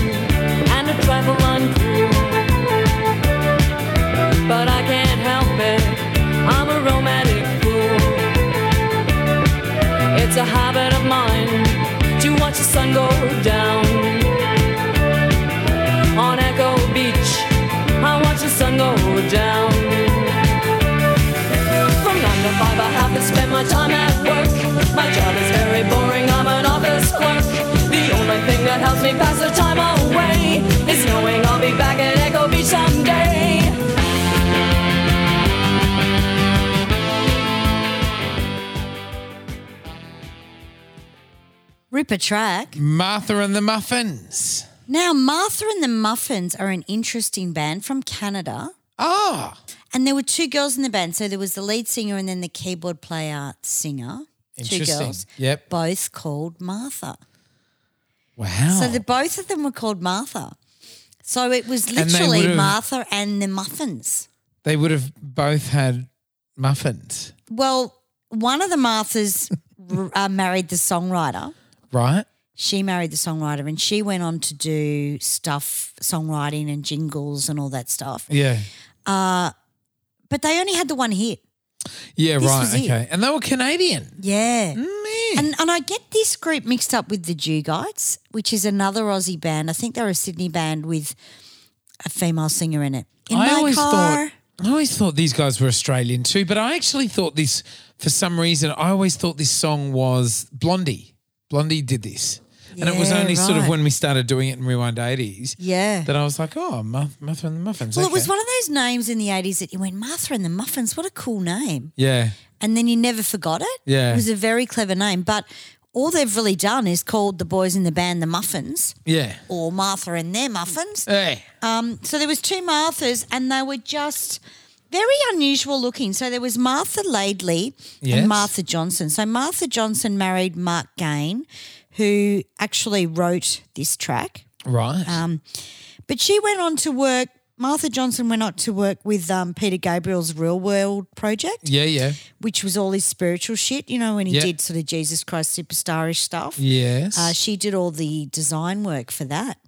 D: and a trifle uncool. But I can't help it, I'm a romantic fool. It's a habit of mine to watch the sun go down. On Echo Beach, I watch the sun go down. From nine to five, I have to spend my time at work. My job is very boring, I'm an office clerk. The only thing that helps me pass the time away is knowing I'll be back at Echo Beach someday.
A: Ripper track.
C: Martha and the Muffins.
A: Now, Martha and the Muffins are an interesting band from Canada.
C: Ah.
A: And there were two girls in the band. So there was the lead singer and then the keyboard player singer. two
C: Interesting.
A: girls,
C: Yep.
A: both called Martha.
C: Wow.
A: So the both of them were called Martha. So it was
C: they
A: literally
C: would've-
A: Martha and the muffins.
C: they would have both had muffins,
A: Well, one of the Marthas (laughs) r- uh, married the songwriter.
C: right?
A: She married the songwriter, and she went on to do stuff, songwriting and jingles and all that stuff.
C: Yeah.
A: But they only had the one hit.
C: Yeah,
A: This
C: right.
A: was it.
C: okay. And they were Canadian.
A: Yeah.
C: Mm. Man.
A: And and I get this group mixed up with the Jugites, which is another Aussie band. I think they're a Sydney band with a female singer in it. In
C: I
A: my
C: always
A: car.
C: thought I always thought these guys were Australian too, but I actually thought this for some reason I always thought this song was Blondie. Blondie did this. and it was
A: Yeah,
C: only sort of
A: right.
C: when we started doing it in Rewind 80s
A: yeah.
C: that I was like, oh, mu- Muffin the Muffins.
A: Well,
C: okay.
A: it was one of those names in the 80s that you went, Martha and the Muffins, what a cool name.
C: Yeah.
A: And then you never forgot it.
C: Yeah.
A: It was a very clever name. But all they've really done is called the boys in the band the Muffins
C: Yeah. Eh.
A: or Martha and their Muffins.
C: Hey.
A: Um, so there was two Marthas and they were just very unusual looking. So there was Martha Laidley
C: Yes.
A: and Martha Johnson. So Martha Johnson married Mark Gain, who actually wrote this track.
C: Right.
A: Um, But she went on to work. Martha Johnson went on to work with um, Peter Gabriel's Real World project,
C: yeah, yeah.
A: which was all his spiritual shit, you know, when he
C: Yeah.
A: did sort of Jesus Christ superstarish stuff.
C: Yes.
A: Uh, she did all the design work for that.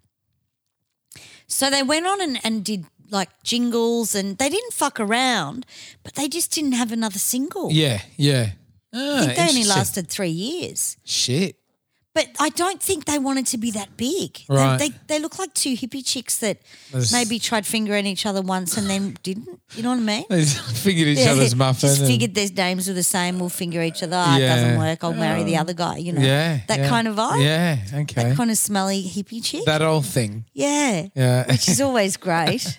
A: So they went on and, and did like jingles and they didn't fuck around, but they just didn't have another single.
C: yeah, yeah. Ah,
A: I think they only
C: interesting.
A: lasted three years.
C: Shit.
A: But I don't think they wanted to be that big. They-
C: Right.
A: They, they, look like two hippie chicks that
C: Those-
A: maybe tried fingering each other once and then didn't. You know what I mean?
C: They (laughs) figured each
A: Yeah,
C: other's muffin.
A: Just
C: and-
A: figured their names were the same. We'll finger each other. Ah, It
C: Yeah.
A: doesn't work. I'll marry the other guy. You know,
C: yeah.
A: that
C: yeah.
A: kind of vibe.
C: Yeah, okay.
A: That kind of smelly hippie chick.
C: that old thing.
A: yeah.
C: Yeah.
A: Which is
C: (laughs)
A: always great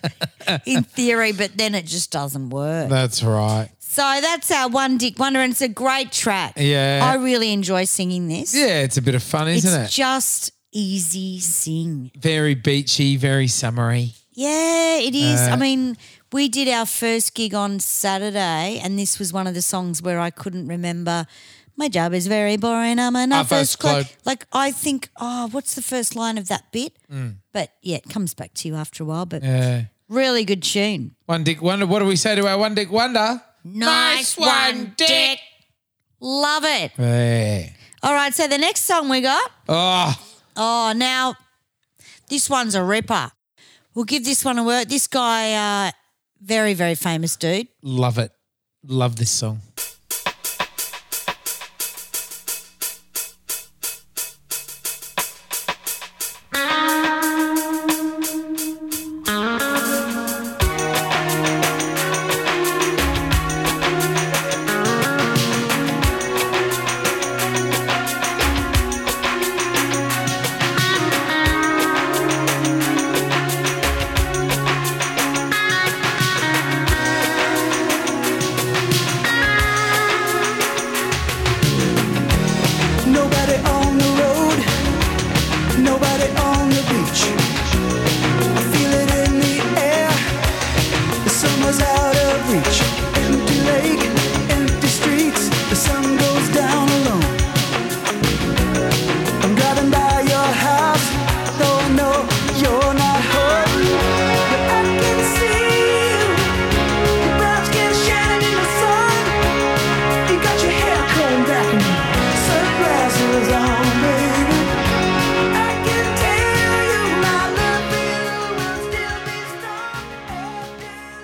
A: in theory, but then it just doesn't work.
C: That's right.
A: So that's our One Dick Wonder, and it's a great track.
C: Yeah.
A: I really enjoy singing this.
C: Yeah, it's a bit of fun,
A: It's
C: isn't it?
A: just easy sing.
C: very beachy, very summery.
A: Yeah, it is.
C: Uh,
A: I mean, we did our first gig on Saturday, and this was one of the songs where I couldn't remember. My job is very boring. I'm an
C: Our first
A: office clerk.
C: clerk.
A: Like I think, oh, what's the first line of that bit? But yeah, it comes back to you after a while. But
C: Mm. Yeah.
A: really good tune.
C: One dick wonder. What do we say to our one dick wonder?
A: Nice one, Dick. Love it.
C: Yeah.
A: All right, so the next song we got.
C: Oh,
A: Oh, now this one's a ripper. We'll give this one a work. This guy, uh, very very famous dude.
C: love it. Love this song.
B: Nobody on the road, nobody on the beach. I feel it in the air. The summer's out of reach. Empty lake, empty streets. The sun goes down alone. I'm driving by your house, though I know you're not home. But I can see you. Your brown skin shining in the sun. You got your hair combed back and sunglasses on, baby. I can tell you my love for you will still be strong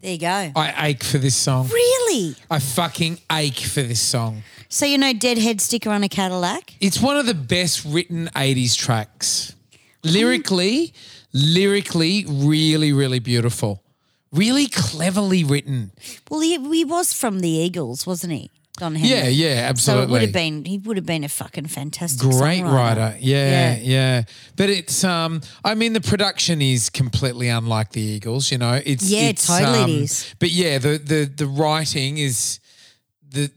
A: There you go.
C: I ache for this song.
A: Really?
C: I fucking ache for this song.
A: So you know Deadhead sticker on a Cadillac?
C: It's one of the best written 80s tracks. Lyrically, lyrically, really, really beautiful. Really cleverly written.
A: Well, he, he was from the Eagles, wasn't he? Don Henley.
C: Yeah, yeah,
A: So
C: absolutely.
A: it would have been he would have been a fucking fantastic
C: great
A: songwriter.
C: writer. Yeah, yeah,
A: Yeah.
C: But it's um I mean the production is completely unlike the Eagles, you know. It's
A: Yeah,
C: it's,
A: totally it
C: um,
A: is.
C: But yeah, the the the writing is the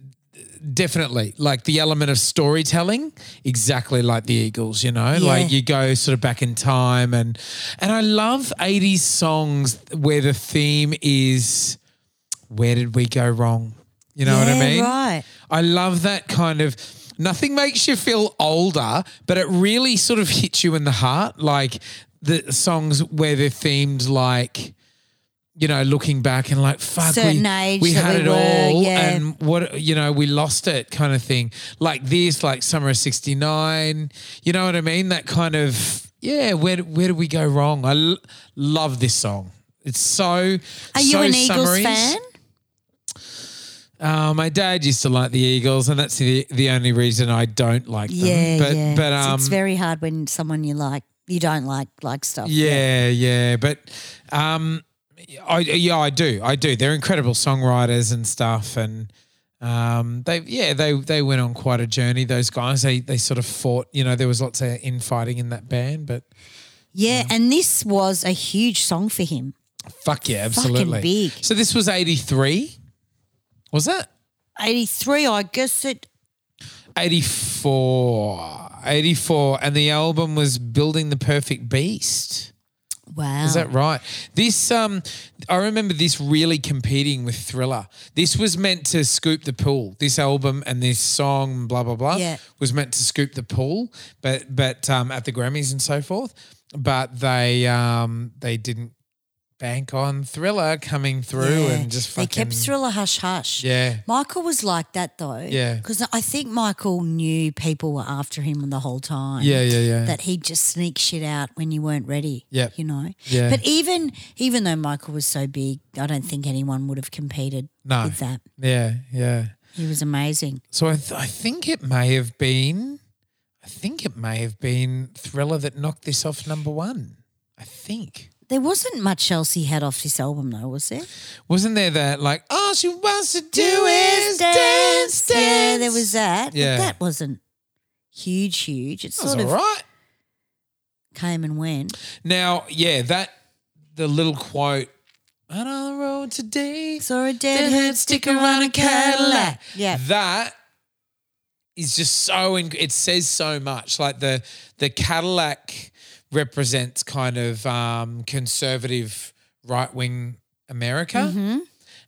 C: definitely like the element of storytelling exactly like the Eagles, you know. Like you go sort of back in time and and I love 80s songs where the theme is where did we go wrong? You know what I
A: Yeah,
C: mean?
A: right.
C: I love that kind of nothing makes you feel older, but it really sort of hits you in the heart. Like the songs where they're themed like, you know, looking back and like, fuck,
A: Certain
C: we,
A: age
C: we
A: that
C: had it
A: we were,
C: all
A: yeah.
C: and what, you know, we lost it kind of thing. Like this, like Summer of 69, you know what I mean? That kind of, yeah, where, where did we go wrong? I l- love this song. It's so.
A: Are you
C: so
A: an Eagles
C: summaries.
A: fan?
C: Uh, my dad used to like the Eagles, and that's the the only reason I don't like them.
A: Yeah,
C: Mm-hmm. but,
A: yeah.
C: But
A: It's-
C: um,
A: it's, very hard when someone you like you don't like like stuff.
C: yeah, yeah. But um, I yeah, I do, I do. They're incredible songwriters and stuff, and um, they yeah, they they went on quite a journey. Those guys, they they sort of fought. You know, there was lots of infighting in that band, but
A: yeah. And this was a huge song for him.
C: fuck yeah, absolutely.
A: big.
C: So this was eighty three, was that?
A: 83, I guess it.
C: 84 84 and the album was building the perfect beast
A: Wow.
C: is that right this um i remember this really competing with thriller this was meant to scoop the pool this album and this song blah blah blah
A: Yeah.
C: was meant to scoop the pool but but um at the grammys and so forth but they um they didn't bank on thriller coming through
A: Yeah.
C: and just
A: they
C: fucking
A: kept Thriller hush hush.
C: Yeah.
A: Michael was like that though.
C: Yeah.
A: Because I think Michael knew people were after him the whole time.
C: Yeah, yeah, yeah.
A: That he'd just sneak shit out when you weren't ready.
C: Yep.
A: You know.
C: Yeah.
A: But even even though Michael was so big, I don't think anyone would have competed
C: no
A: with that.
C: yeah yeah
A: He was amazing.
C: So I, th- I think it may have been, I think it may have been Thriller that knocked this off number one. I think.
A: There wasn't much else he had off this album though, was there?
C: Wasn't there that like all she wants to do is dance, dance?
A: Yeah, there was that.
C: Yeah.
A: But that wasn't huge, huge. It
C: That was
A: sort
C: all
A: of
C: right.
A: came and went.
C: Now, yeah, that the little quote. And on the road today,
A: Saw a
C: deadhead
A: deadhead
C: sticker on a Cadillac.
A: Yeah.
C: that is just so. In- it says so much. Like the the Cadillac represents kind of um, conservative right wing America.
A: Mm-hmm.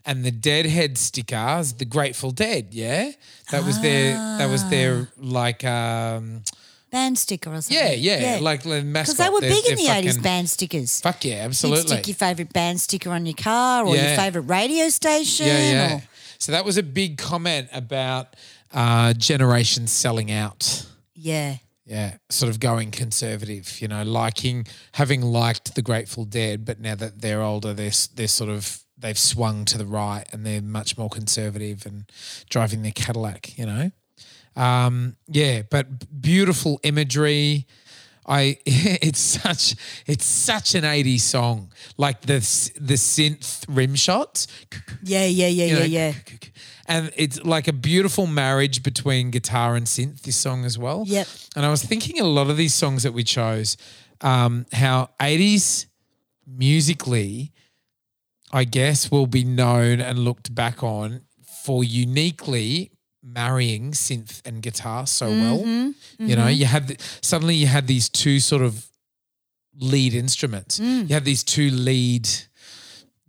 C: And the Deadhead stickers, the Grateful Dead, yeah, that was their, that was their
A: Ah.
C: like, um,
A: band sticker or something.
C: yeah, yeah, like the
A: because
C: mascot.
A: they were
C: They're-
A: big in
C: they're
A: the eighties.
C: fucking-
A: Band stickers.
C: Fuck yeah,
A: You'd
C: absolutely.
A: stick your favorite band sticker on your car or
C: Yeah.
A: your favorite radio station.
C: Yeah, yeah.
A: Or,
C: So that was a big comment about uh, generations selling out.
A: yeah.
C: Yeah, sort of going conservative, you know, liking having liked the Grateful Dead, but now that they're older, they're s- they're sort of they've swung to the right and they're much more conservative and driving their Cadillac, you know. Um, yeah, but beautiful imagery. I (laughs) it's such it's such an 80s song. Like the s- the synth rim shots
A: Yeah, yeah, yeah,
C: you
A: yeah,
C: know,
A: yeah.
C: And it's like a beautiful marriage between guitar and synth, this song as well.
A: Yep.
C: And I was thinking a lot of these songs that we chose, um, how 80s musically, I guess, will be known and looked back on for uniquely marrying synth and guitar so well.
A: Mm-hmm,
C: You know, you had the, suddenly you had these two sort of lead instruments.
A: Mm.
C: You have these two lead,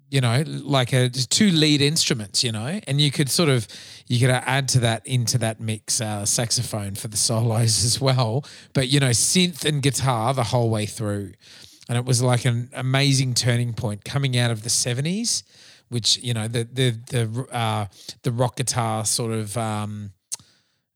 C: you know, like a just two lead instruments, you know, and you could sort of you could add to that into that mix uh, saxophone for the solos as well, but you know, synth and guitar the whole way through, and it was like an amazing turning point coming out of the seventies, which you know the the the uh, the rock guitar sort of. Um,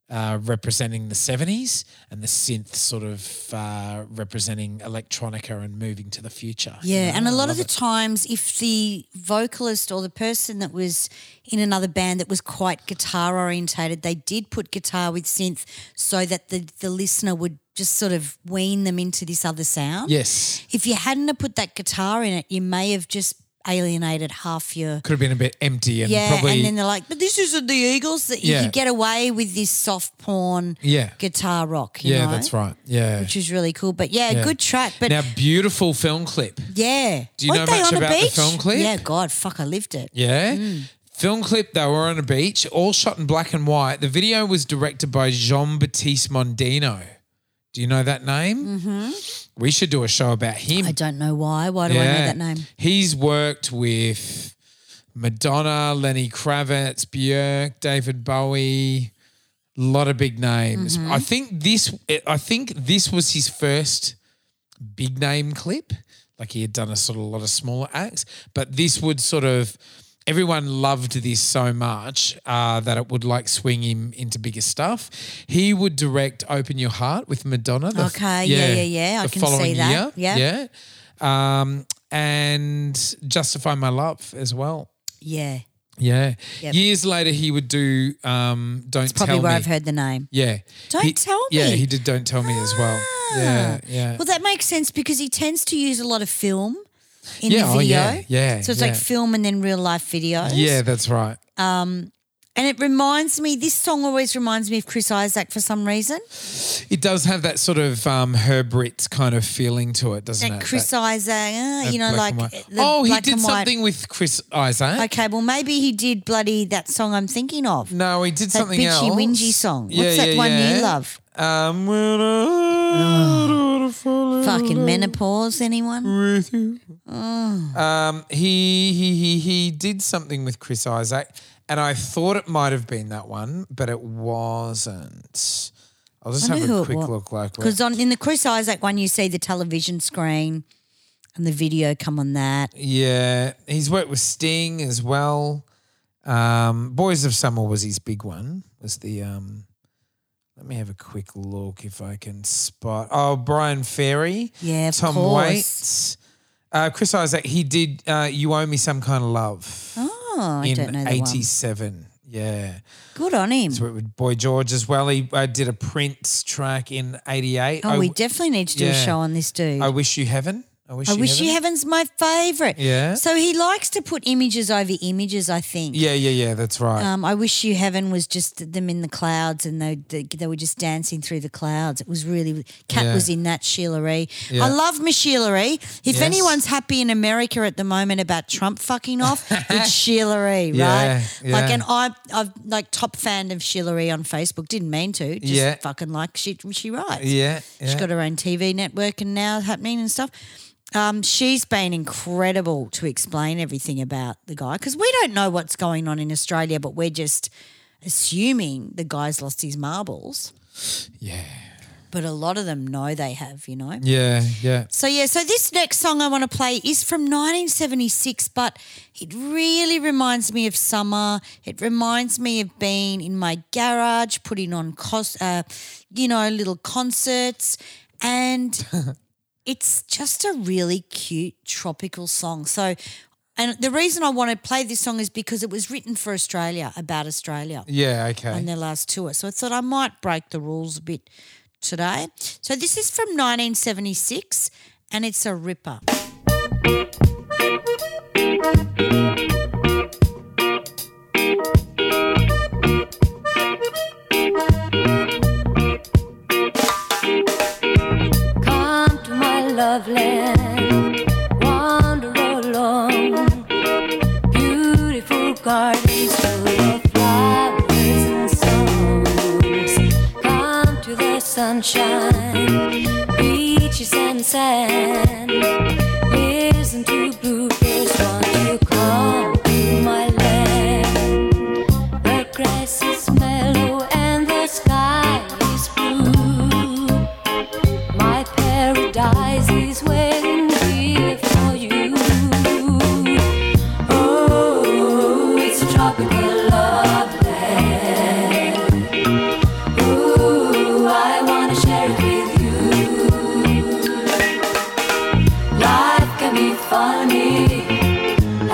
C: uh, representing the 70s and the synth sort of uh, representing electronica and moving to the future.
A: Yeah, and a lot of the
C: time.
A: times, if the vocalist or the person that was in another band that was quite guitar orientated, they did put guitar with synth so that the, the listener would just sort of wean them into this other sound.
C: Yes.
A: If you hadn't have put that guitar in it, you may have just alienated half your.
C: Could have been a bit empty and
A: Yeah,
C: probably.
A: and then they're like, but this isn't the Eagles. That
C: Yeah.
A: You could get away with this soft porn
C: yeah.
A: guitar rock. You
C: Yeah,
A: know,
C: that's right. Yeah.
A: Which is really cool. But yeah,
C: Yeah.
A: good track. But
C: now, beautiful film clip.
A: yeah.
C: Do you
A: Weren't
C: know
A: they
C: much
A: on a
C: about the
A: beach?
C: film clip?
A: Yeah, God, fuck, I lived it.
C: Yeah.
A: Mm.
C: Film clip, they were on a beach, all shot in black and white. The video was directed by Jean Baptiste Mondino. Do you know that name? Mm-hmm. We should do a show about him.
A: I don't know why. Why do I know that name?
C: He's worked with Madonna, Lenny Kravitz, Björk, David Bowie, a lot of big names.
A: Mm-hmm.
C: I think this I think this was his first big name clip. Like he had done a sort of lot of smaller acts, but this would sort of everyone loved this so much uh, that it would like swing him into bigger stuff. He would direct "Open Your Heart" with Madonna. the f-
A: Okay, yeah, yeah, yeah, I
C: the
A: can see
C: following
A: that.
C: year.
A: Yeah.
C: yeah. Um, and "Justify My Love" as well.
A: Yeah.
C: Yeah.
A: Yep.
C: Years later, he would do um, "Don't
A: Probably
C: Tell
A: where
C: Me."
A: I've heard the name.
C: Yeah.
A: Don't
C: He-
A: Tell
C: Yeah,
A: Me.
C: he did "Don't Tell Me" as well. Yeah,
A: Ah.
C: yeah.
A: Well, that makes sense because he tends to use a lot of film in
C: Yeah,
A: the
C: oh,
A: video.
C: yeah, yeah,
A: So it's
C: yeah.
A: like film and then real life videos.
C: Uh, yeah, that's right.
A: And it reminds me, this song always reminds me of Chris Isaac for some reason.
C: It does have that sort of um, Herb Ritts kind of feeling to it, doesn't
A: That
C: it?
A: Chris
C: That-
A: Isaac, uh,
C: that
A: you know,
C: black
A: like. uh,
C: and white.
A: the
C: oh, he
A: black
C: did
A: and white-
C: something with Chris Isaac.
A: Okay, well, maybe he did bloody that song I'm thinking of.
C: No, he did
A: That
C: something
A: bitchy
C: else.
A: whingy song. What's
C: Yeah,
A: that
C: yeah,
A: one
C: yeah.
A: you love?
C: Um, when I fall in
A: Fucking
C: love
A: menopause, anyone?
C: with you. Um, he he he he did something with Chris Isaac, and I thought it might have been that one, but it wasn't. I'll just
A: I
C: have
A: knew
C: a
A: it
C: quick
A: wa-
C: look. Like
A: Because on in the Chris Isaac one, you see the television screen and the video come on that.
C: yeah, he's worked with Sting as well. Um, Boys of Summer was his big one. Was the um. Let me have a quick look if I can spot. Oh, Brian Ferry.
A: Yeah, of
C: Tom
A: course.
C: Waits. Uh, Chris Isaac, he did uh, You Owe Me Some Kind of Love.
A: Oh, I
C: in
A: don't know that one.
C: 87. Yeah.
A: Good on him.
C: So it with Boy George as well. He uh, did a Prince track in 88.
A: Oh,
C: I,
A: we definitely need to do a
C: yeah.
A: show on this dude.
C: I
A: I,
C: Wish You Heaven. I Wish, you,
A: wish
C: heaven.
A: you heaven's my favourite.
C: Yeah.
A: So he likes to put images over images, I think.
C: Yeah, yeah, yeah. That's right.
A: Um, I wish you heaven was just them in the clouds and they they, they were just dancing through the clouds. It was really Cat
C: Yeah.
A: was in that Sheila Ree.
C: Yeah.
A: I love Miss Sheila Ree. If
C: Yes.
A: anyone's happy in America at the moment about Trump
C: (laughs)
A: fucking off, it's Sheila Ree, right?
C: Yeah,
A: Like
C: yeah.
A: and I I've like top fan of Sheila Ree on Facebook. Didn't mean to. Just
C: Yeah.
A: fucking like she she writes.
C: yeah, yeah.
A: She's got her own TV network and now happening and stuff. Um, she's been incredible to explain everything about the guy because we don't know what's going on in Australia, but we're just assuming the guy's lost his marbles.
C: yeah.
A: But a lot of them know they have, you know.
C: Yeah, yeah.
A: So yeah, so this next song I want to play is from 1976, but it really reminds me of summer. It reminds me of being in my garage, putting on cos, uh, you know, little concerts, and it's just a really cute tropical song. So, and the reason I want to play this song is because it was written for Australia about Australia
C: Yeah, okay.
A: on their last tour. So I thought I might break the rules a bit today. So this is from 1976 and it's a ripper.
D: Come to my loveland, wander along. Beautiful gardens full of flowers and songs. Come to the sunshine, beaches and sand. Listen to bluebirds, won't you come to my land? The grass is mellow and the sky is blue. My paradise is waiting here for you. Oh, it's a tropical love land. Ooh, I wanna share it with you. Life can be funny,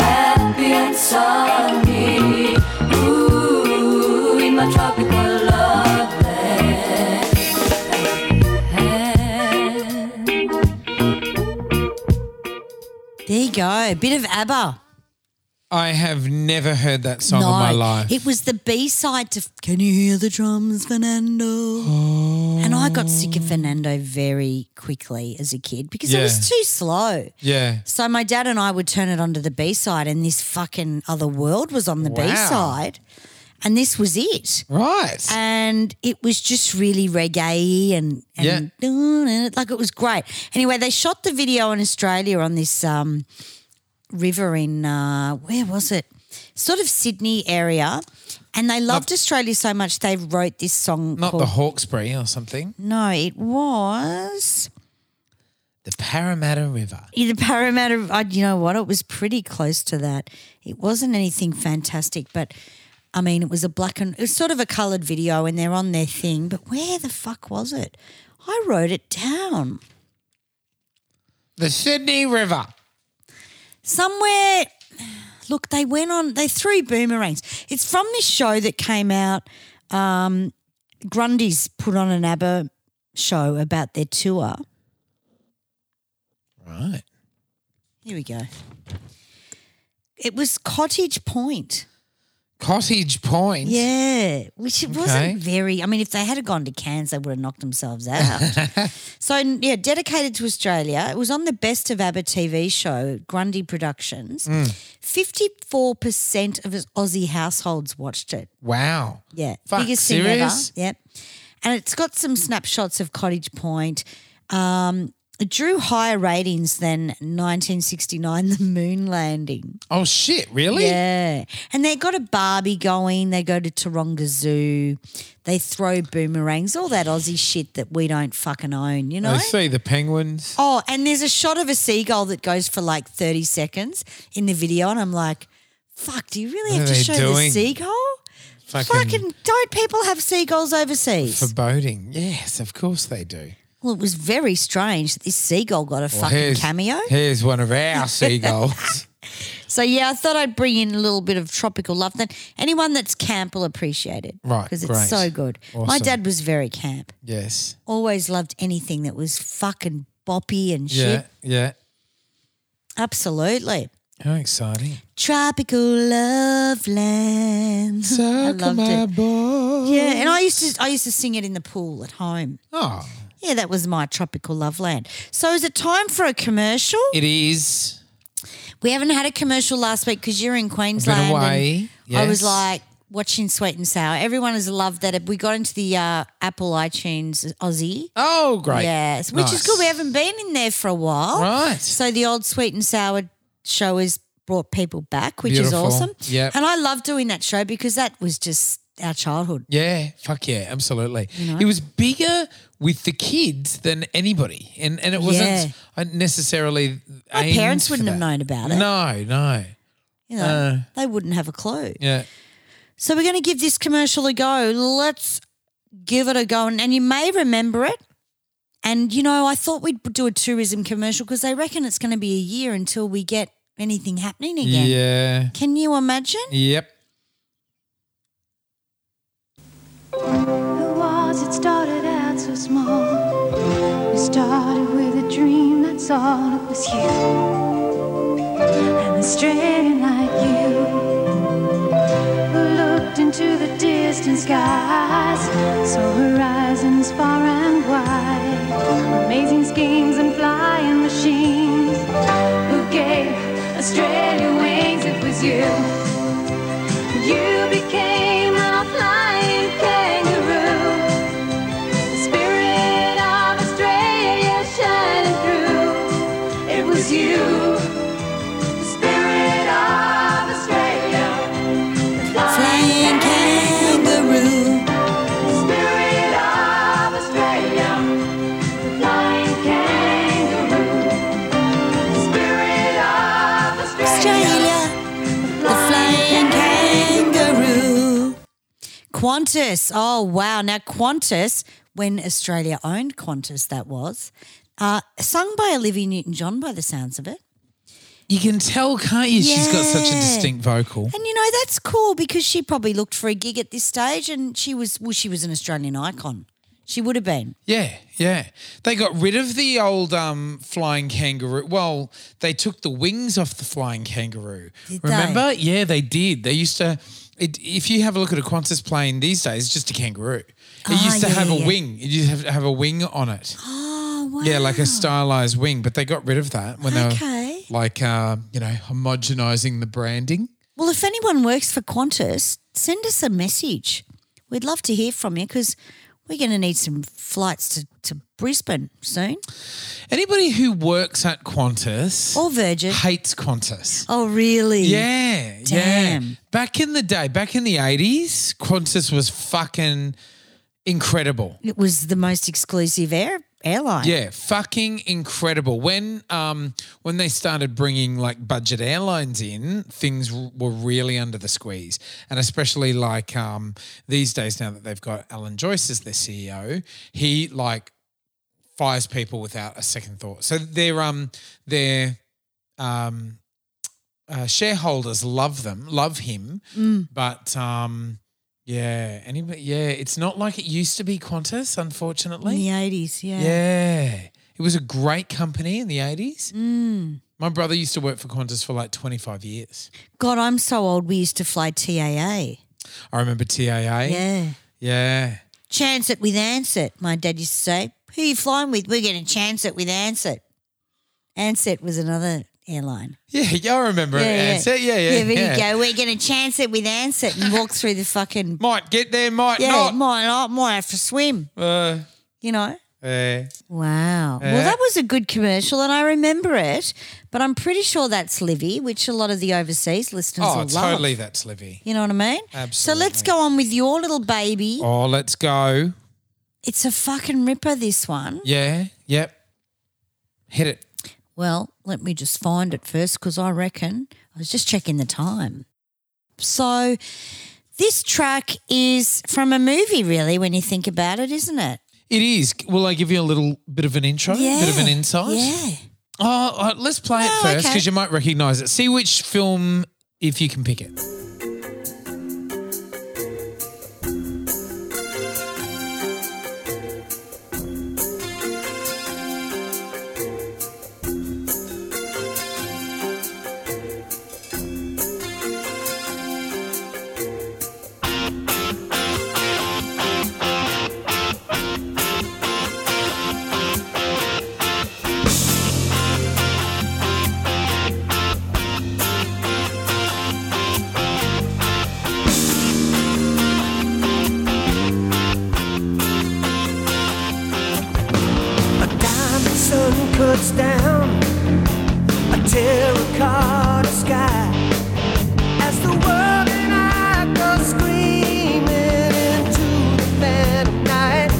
D: happy and sunny. Ooh, in my tropical love land.
A: There you go, a bit of ABBA.
C: I have never heard that song in my life.
A: it was the B side to "Can You Hear the Drums, Fernando?"
C: Oh.
A: And I got sick of Fernando very quickly as a kid because it
C: Yeah.
A: was too slow.
C: yeah.
A: So my dad and I would turn it onto the B side, and this fucking other world was on the
C: Wow.
A: B side, and this was it.
C: Right.
A: and it was just really reggae and, and (laughs) like it was great. Anyway, they shot the video in Australia on this um, river in uh, where was it? sort of Sydney area, and they loved Australia so much they wrote this song.
C: Not
A: called,
C: the Hawkesbury or something.
A: no, it was
C: The Parramatta River.
A: the Parramatta. I, you know what? It was pretty close to that. It wasn't anything fantastic, but I mean, it was a black and it was sort of a coloured video, and they're on their thing. But where the fuck was it? I wrote it down.
C: The Sydney River.
A: somewhere look they went on they threw boomerangs it's from this show that came out um, grundy's put on an abba show about their tour
C: Right.
A: here we go it was cottage point
C: Cottage Point.
A: yeah which it
C: Okay.
A: wasn't very i mean if they had gone to cairns they would have knocked
C: (laughs)
A: themselves out so yeah dedicated to australia it was on the best of abba tv show grundy productions
C: Hmm.
A: 54% of aussie households watched it
C: Wow.
A: Yeah.
C: Fuck,
A: Biggest
C: serious?
A: thing ever. Yep. And it's got some snapshots of Cottage Point. Um, it drew higher ratings than 1969, the moon landing.
C: Oh shit, really?
A: Yeah. And they got a Barbie going. They go to Taronga Zoo. They throw boomerangs, all that Aussie shit that we don't fucking own, you know?
C: I see the penguins.
A: Oh, and there's a shot of a seagull that goes for like 30 seconds in the video. And I'm like, fuck, do you really
C: What
A: have
C: are
A: to
C: they
A: show the
C: doing?
A: seagull?
C: Fucking-
A: Fucking don't people have seagulls overseas?
C: Foreboding. Yes, of course they do.
A: Well, it was very strange that this seagull got a
C: Well,
A: fucking
C: here's-
A: cameo.
C: Here's one of
A: (laughs)
C: our seagulls.
A: So yeah, I thought I'd bring in a little bit of tropical love. Then anyone that's camp will appreciate it,
C: Right,
A: Because it's
C: great.
A: so good. My
C: Awesome.
A: dad was very camp.
C: yes.
A: Always loved anything that was fucking boppy and
C: Yeah.
A: shit.
C: Yeah.
A: Absolutely.
C: How exciting.
A: Tropical love land. (laughs) (laughs) I loved
C: my
A: it.
C: boy.
A: Yeah, and I used to I used to sing it in the pool at home.
C: Oh.
A: Yeah, that was my tropical love land. So is it time for a commercial?
C: It is.
A: We haven't had a commercial last week because you're in Queensland. and
C: away,
A: I was
C: yes.
A: like watching Sweet and Sour. Everyone has loved that. We got into the uh, Apple iTunes Aussie.
C: Oh, great.
A: Yes, which is
C: Nice.
A: good. We haven't been in there for a while.
C: Right.
A: So the old Sweet and Sour show has brought people back, which
C: Beautiful.
A: is awesome.
C: Yep.
A: And I love doing that show because that was just our childhood.
C: Yeah, fuck yeah, absolutely. It was bigger with the kids than anybody, and and it wasn't necessarily.
A: My
C: aimed
A: parents
C: for
A: wouldn't have
C: that.
A: known about it.
C: No, no,
A: You know,
C: Uh.
A: they wouldn't have a clue.
C: yeah,
A: So we're going to give this commercial a go. Let's give it a go. And, and you may remember it. And, you know, I thought we'd do a tourism commercial because they reckon it's going to be a year until we get anything happening again.
C: yeah,
A: Can you imagine?
C: yep.
E: It was, it started out so small. We started with a dream, that's all it was you. And a strain like you who looked into the distant skies, saw horizons far and wide, amazing schemes and flying machines. Who gave Australia wings? It was you. You became a flying kangaroo. The spirit of Australia shining through. It was you, the spirit of Australia. The
A: Flying kangaroo.
E: the spirit of Australia. The flying kangaroo. The spirit of Australia.
A: Australia, the flying kangaroo. Qantas. Oh, wow. Now, Qantas, when Australia owned Qantas, that was, uh, sung by Olivia Newton John by the sounds of it.
C: You can tell, can't you? She's got such a
A: Yeah.
C: distinct vocal.
A: And you know that's cool because she probably looked for a gig at this stage, and she was well, she was an Australian icon. She would have been.
C: Yeah, yeah. They got rid of the old um, flying kangaroo. Well, they took the wings off the flying kangaroo.
A: Did they?
C: Remember? Yeah, they did. They used to. It, if you have a look at a Qantas plane these days, it's just a kangaroo. It
A: Ah,
C: used to
A: yeah,
C: have
A: yeah,
C: a
A: yeah.
C: wing. It used to have, have a wing on it.
A: Oh wow!
C: Yeah, like a stylized wing. But they got rid of that when
A: Okay.
C: they were like, uh, you know, homogenizing the branding.
A: Well, if anyone works for Qantas, send us a message. We'd love to hear from you because we're going to need some flights to, to Brisbane soon.
C: Anybody who works at Qantas
A: Or Virgin.
C: hates Qantas.
A: Oh, really?
C: Yeah, yeah.
A: Damn.
C: Back in the day, back in the eighties, Qantas was fucking incredible.
A: It was the most exclusive air airline.
C: Yeah, fucking incredible. When um when they started bringing like budget airlines in, things r- were really under the squeeze, and especially like um these days now that they've got Alan Joyce as their CEO, he like fires people without a second thought. So their um their um uh, shareholders love them, love him, but um. Yeah, anyway, yeah, it's not like it used to be Qantas, unfortunately.
A: In the 80s, yeah.
C: Yeah. It was a great company in the 80s.
A: Mm.
C: My brother used to work for Qantas for like 25 years.
A: God, I'm so old. We used to fly TAA.
C: I remember TAA.
A: Yeah.
C: Yeah.
A: Chance it with Ansett, my dad used to say. Who you flying with? We're going to chance it with Ansett. Ansett was another airline.
C: Yeah, (laughs) yeah, I remember it. Ansett. Yeah, yeah.
A: Yeah, there you go. We're going to chance it with Ansett and walk through the fucking.
C: (laughs) Might get there, might
A: Yeah,
C: not.
A: might not, might have to swim,
C: Uh,
A: you know?
C: eh.
A: Wow.
C: Yeah.
A: Well, that was a good commercial, and I remember it. But I'm pretty sure that's Livy, which a lot of the overseas listeners
C: Oh,
A: will
C: totally
A: love.
C: that's Livy.
A: You know what I mean? So let's
C: Absolutely.
A: go on with your little baby.
C: Oh, let's go.
A: It's a fucking ripper. This one.
C: Yeah, yep. Hit it.
A: Well, let me just find it first because I reckon I was just checking the time. So this track is from a movie, really, when you think about it, isn't it?
C: It is. Will I give you a little bit of an intro? Oh, Bit of an insight?
A: Yeah.
C: Oh, uh, let's play it
A: Oh,
C: first
A: okay.
C: because you might recognize it. See which film, if you can pick it.
B: A diamond sun cuts down a terracotta sky as the world and I go screaming into the phantom night.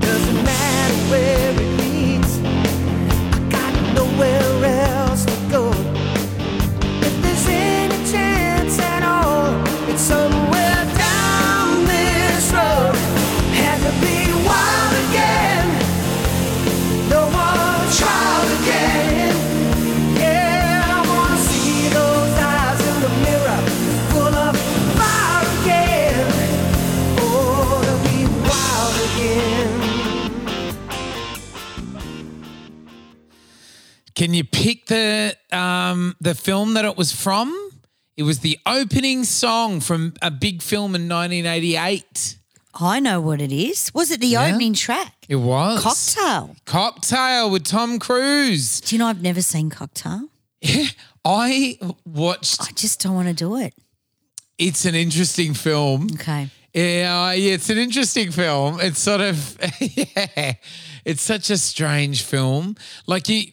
B: Doesn't matter where it leads, I got nowhere else to go. If there's any chance at all, it's somewhere down this road. Had to be wild again. No one tried again. Yeah, I wanna see those eyes in the mirror, full of fire again. Oh, to be wild again.
C: Can you pick the um, the film that it was from? It was the opening song from a big film in 1988.
A: I know what it is. Was it the opening track?
C: It was
A: Cocktail.
C: Cocktail with Tom Cruise.
A: Do you know I've never seen Cocktail?
C: I watched.
A: I just don't want to do it.
C: It's an interesting film.
A: Okay.
C: Yeah, yeah, it's an interesting film. It's sort of (laughs) yeah, it's such a strange film. Like you,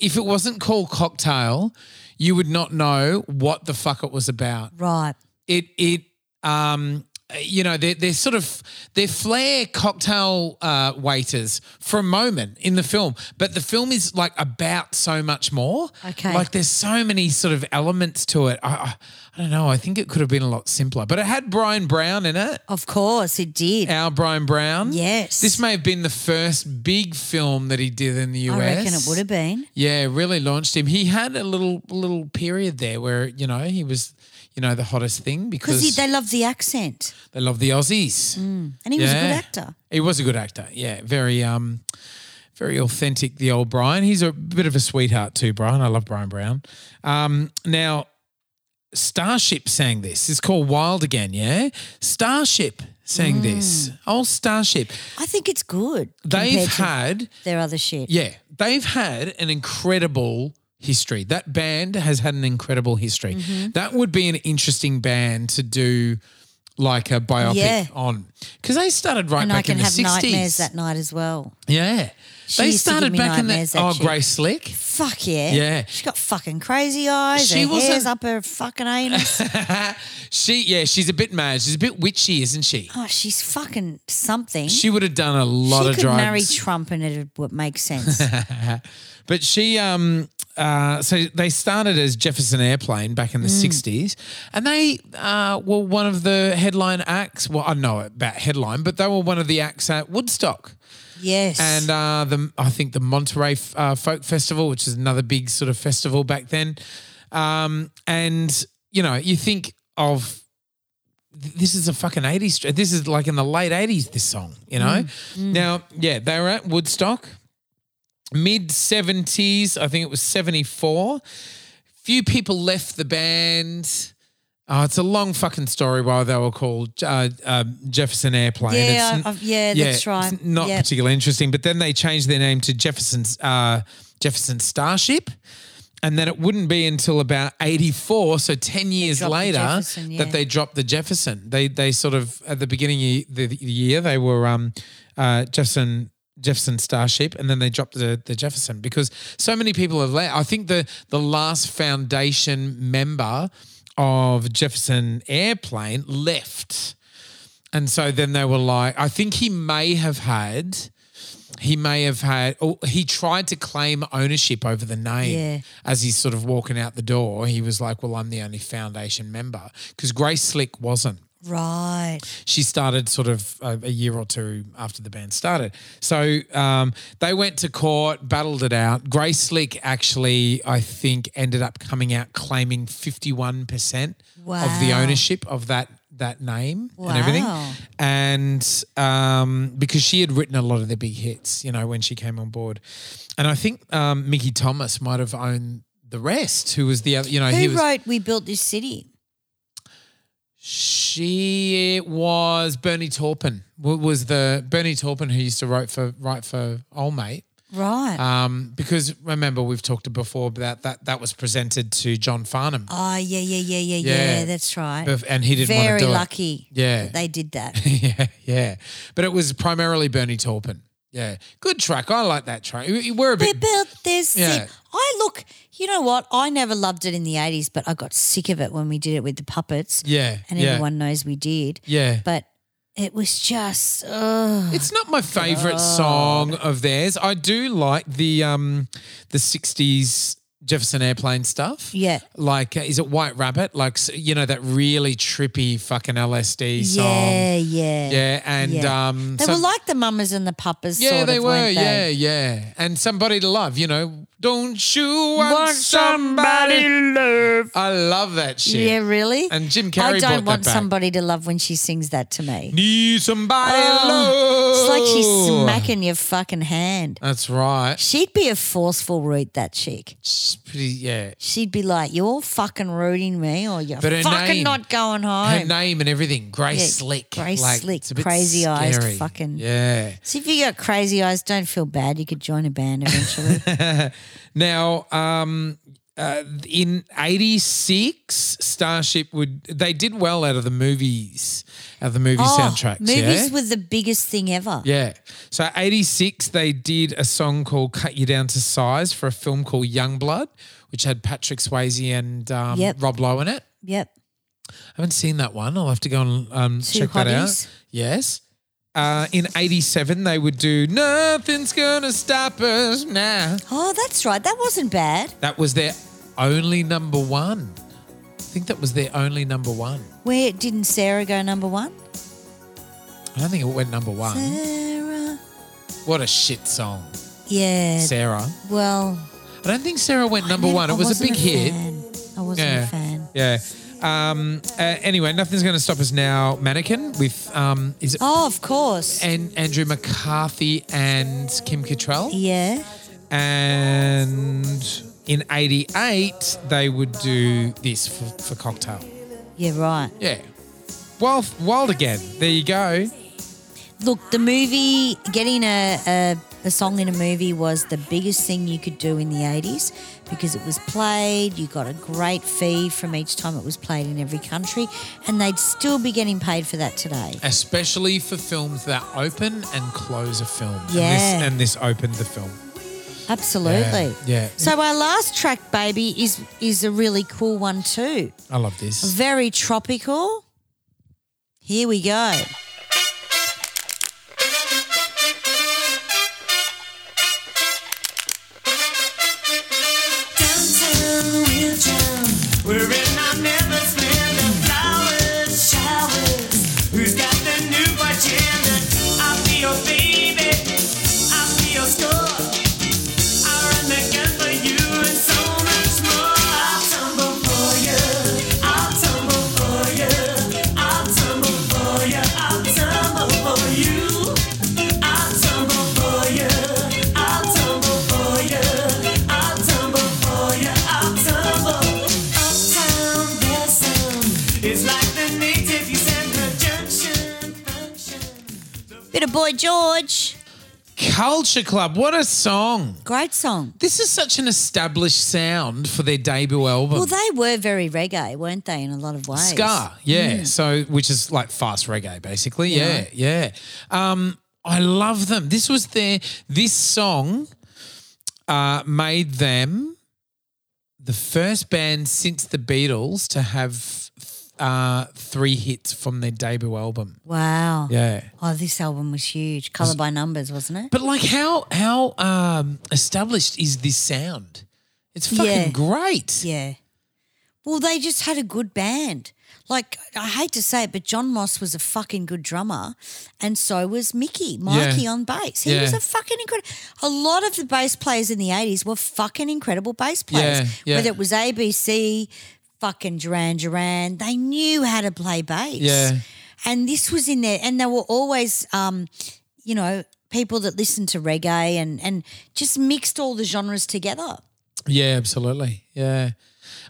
C: if it wasn't called Cocktail, you would not know what the fuck it was about.
A: Right.
C: it it um you know they're, they're sort of they're flair cocktail uh, waiters for a moment in the film but the film is like about so much more
A: Okay.
C: like there's so many sort of elements to it I, I, I don't know i think it could have been a lot simpler but it had brian brown in it
A: Of course, it did.
C: our brian brown
A: Yes.
C: this may have been the first big film that he did in the us
A: I reckon it would have been.
C: yeah, it really launched him. He had a little little period there where you know he was, you know, the hottest thing because
A: Because they love the accent.
C: they love the Aussies.
A: And Mm. he was a good actor.
C: He was a good actor. Yeah, very um, very authentic. The old Brian. He's a bit of a sweetheart too, Brian. I love Brian Brown. Um, now Starship sang this. It's called Wild Again. Yeah, Starship sang
A: Mm.
C: this. Old Starship.
A: I think it's good.
C: They've
A: compared to
C: had.
A: their other shit.
C: Yeah, they've had an incredible history. That
A: Mm-hmm.
C: band has had an incredible history. That would be an interesting band to do like a biopic
A: Yeah.
C: on because they started right
A: and I
C: back
A: can
C: in the
A: have nightmares
C: sixties.
A: that night as well.
C: Yeah,
A: She
C: they
A: used to give
C: started
A: me
C: back in the
A: nightmares,
C: oh
A: actually.
C: Grace Slick. (laughs)
A: Fuck yeah.
C: Yeah.
A: She's got fucking crazy eyes.
C: She
A: She her
C: wasn't-
A: hair's up her
C: (laughs)
A: fucking anus.
C: She yeah, she's a bit mad. She's a bit witchy, isn't she?
A: oh, she's fucking something.
C: She would have done a lot
A: she
C: of
A: could
C: drugs.
A: marry Trump and it would make
C: (laughs)
A: sense.
C: But she, um, uh, so they started as Jefferson Airplane back in the '60s, and they uh, were one of the headline acts. Well, I know about headline, but they were one of the acts at Woodstock,
A: yes.
C: and uh, the I think the Monterey uh, Folk Festival, which is another big sort of festival back then. Um, and you know, you think of this is a fucking 80s tr- this is like in the late 80s this song you know now yeah they were at woodstock mid 70s i think it was 74 few people left the band oh it's a long fucking story why they were called uh, uh, jefferson airplane
A: Yeah,
C: It's n-
A: I've- yeah, that's
C: it's
A: right.
C: not
A: Yeah.
C: particularly interesting but then they changed their name to jefferson's uh, jefferson starship and then it wouldn't be until about 84 so 10 years
A: dropped the
C: later
A: Jefferson, yeah.
C: that they dropped the jefferson they they sort of at the beginning of the, the year they were um uh jefferson jefferson starship and then they dropped the, the jefferson because so many people have left i think the the last foundation member of jefferson airplane left and so then they were like, I think he may have had, he may have had, oh, he tried to claim ownership over the name as he's sort of walking out the door. He was like, Well, I'm the only foundation member because Grace Slick wasn't.
A: right.
C: She started sort of a, a year or two after the band started. So um, they went to court, battled it out. Grace Slick actually, I think, ended up coming out claiming 51% of the
A: Wow.
C: ownership of that that name and everything.
A: Wow.
C: And um, because she had written a lot of the big hits, you know, when she came on board. And I think um, Mickey Thomas might have owned the rest, who was the other, you know, he
A: Who
C: was.
A: wrote We Built This City?
C: She it was Bernie Taupin. wa- Was the Bernie Taupin who used to write for write for Old Mate?
A: Right.
C: Um, because remember we've talked before about that that was presented to John Farnham,
A: oh, yeah, yeah, yeah, yeah,
C: yeah.
A: yeah. That's right.
C: Bef- and he didn't want
A: Very
C: to do it.
A: lucky.
C: Yeah.
A: that They did
C: (laughs)
A: that.
C: yeah, yeah. But it was primarily Bernie Taupin. Yeah, good track. I like that track. We- We're a
A: we
C: bit.
A: built this. city.
C: Yeah.
A: I look, you know what? I never loved it in the 80s, but I got sick of it when we did it with the puppets.
C: Yeah,
A: And
C: yeah.
A: everyone knows we did.
C: Yeah.
A: But it was just, oh, ugh.
C: It's not my favorite song of theirs. I do like the um the '60s Jefferson Airplane stuff.
A: Yeah.
C: like uh, is it White Rabbit? Like s- you know that really trippy fucking LSD song.
A: yeah, yeah.
C: Yeah, and, um,
A: they
C: so-
A: were like the Mamas and the Papas,
C: Yeah,
A: sort
C: they
A: of,
C: were.
A: weren't
C: Yeah,
A: they?
C: yeah. And somebody to love, you know. Don't you want, somebody love? I love that shit.
A: Yeah, really?
C: And Jim
A: I
C: Carrey brought
A: don't
C: that
A: want
C: back.
A: somebody to love when she sings that to me.
C: Need somebody
A: Oh, it's like she's
C: love.
A: smacking your fucking hand.
C: That's right.
A: She'd be a forceful root, that chick.
C: She's pretty, yeah.
A: She'd be like, "You're fucking rooting me, or you're
C: But her
A: fucking
C: name-
A: not going
C: Her
A: home."
C: name and everything. Grace
A: Yeah,
C: Slick.
A: Grace Slick,
C: it's a bit
A: crazy eyes,
C: scary.
A: fucking-
C: Yeah.
A: See if you got crazy eyes, don't feel bad. You could join a band eventually.
C: Now, um, uh, in '86, Starship would they did well out of the movies, out of the movie soundtracks.
A: Oh, movies
C: yeah?
A: were the biggest thing ever.
C: Yeah. So 86 they did a song called Cut You Down to Size for a film called Young Blood, which had Patrick Swayze and um,
A: Yep.
C: Rob Lowe in it.
A: Yep.
C: I haven't seen that one. I'll have to go and um,
A: Two
C: check that out.
A: Hotties.
C: Yes. Uh, in 87 they would do Nothing's Gonna Stop Us Now.
A: Oh, that's right. That wasn't bad.
C: That was their only number one. I think that was their only number one.
A: Where didn't Sarah go number one?
C: I don't think it went number one.
A: Sarah.
C: What a shit song,
A: Yeah.
C: Sarah.
A: Well,
C: I don't think Sarah went number
A: I
C: one. It was a
A: wasn't
C: big hit.
A: fan. I wasn't
C: Yeah.
A: a fan.
C: Yeah. Um, uh, anyway, nothing's going to stop us now. Mannequin with um, is it
A: Oh, of course.
C: and Andrew McCarthy and Kim Cattrall,
A: yeah.
C: and in '88 they would do this for, for Cocktail.
A: Yeah. Right.
C: Yeah. Wild, wild again. There you go.
A: Look, the movie getting a, a the song in a movie was the biggest thing you could do in the 80s because it was played, you got a great fee from each time it was played in every country, and they'd still be getting paid for that today.
C: especially for films that open and close a film.
A: Yeah.
C: And this, and this opened the film.
A: Absolutely.
C: Yeah, yeah.
A: So our last track, baby, is is a really cool one too.
C: I love this.
A: Very tropical. Here we go.
B: Downtown, we're down. We're in our never's land of flowers, showers. Who's got the new agenda? I feel baby, I feel score. I run the gun for you and so much more. I'll tumble for you. I'll tumble for you. I'll tumble for you. I'll tumble for you. I'll tumble for you. I'll tumble for you. I'll tumble for you. I'll tumble. Uptown, their sound is like the native. You send the junction function.
A: Bit of Boy George.
C: Culture Club, what a song.
A: Great song.
C: This is such an established sound for their debut album.
A: Well, they were very reggae, weren't they, in a lot of ways?
C: Scar, yeah. So, which is like fast reggae, basically. Yeah, yeah. Um, I love them. This was their. This song uh, made them the first band since the Beatles to have uh, three hits from their debut album.
A: Wow.
C: Yeah.
A: Oh, this album was huge. Color by Numbers, wasn't it?
C: But like, how how um, established is this sound? It's fucking
A: Yeah.
C: great.
A: Yeah. Well, they just had a good band. Like, I hate to say it, but John Moss was a fucking good drummer, and so was Mickey, Mikey on bass. He
C: Yeah.
A: was a fucking incredible. A lot of the bass players in the 80s were fucking incredible bass players.
C: Yeah, yeah.
A: Whether it was ABC, fucking Duran Duran, they knew how to play bass.
C: Yeah.
A: And this was in there, and they were always, um, you know, people that listened to reggae and, and just mixed all the genres together.
C: Yeah, absolutely. Yeah.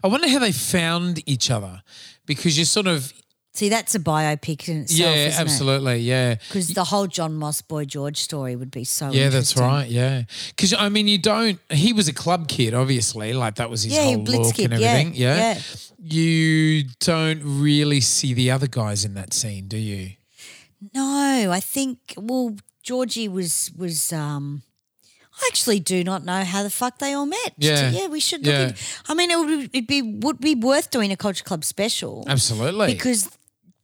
C: I wonder how they found each other because you're sort of
A: See, that's a biopic in itself.
C: yeah,
A: isn't
C: absolutely. Yeah.
A: Because the whole John Moss Boy George story would be so.
C: Yeah, that's
A: interesting.
C: right. Yeah, because I mean, you don't. He was a club kid, obviously. Like that was his
A: Yeah, he
C: whole
A: blitz
C: look
A: kid,
C: and
A: yeah,
C: everything. Yeah,
A: yeah.
C: You don't really see the other guys in that scene, do you?
A: No, I think well, Georgie was was. um I actually do not know how the fuck they all met.
C: Yeah.
A: yeah, we should. Look
C: Yeah.
A: in- I mean, it would be, it'd be would be worth doing a culture club special
C: Absolutely.
A: because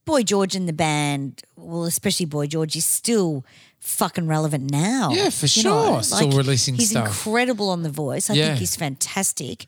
A: Boy George and the band, well, especially Boy George, is still fucking relevant now.
C: Yeah, for
A: You know,
C: sure. Still releasing
A: he's
C: stuff.
A: incredible on the voice. I
C: Yeah.
A: think he's fantastic.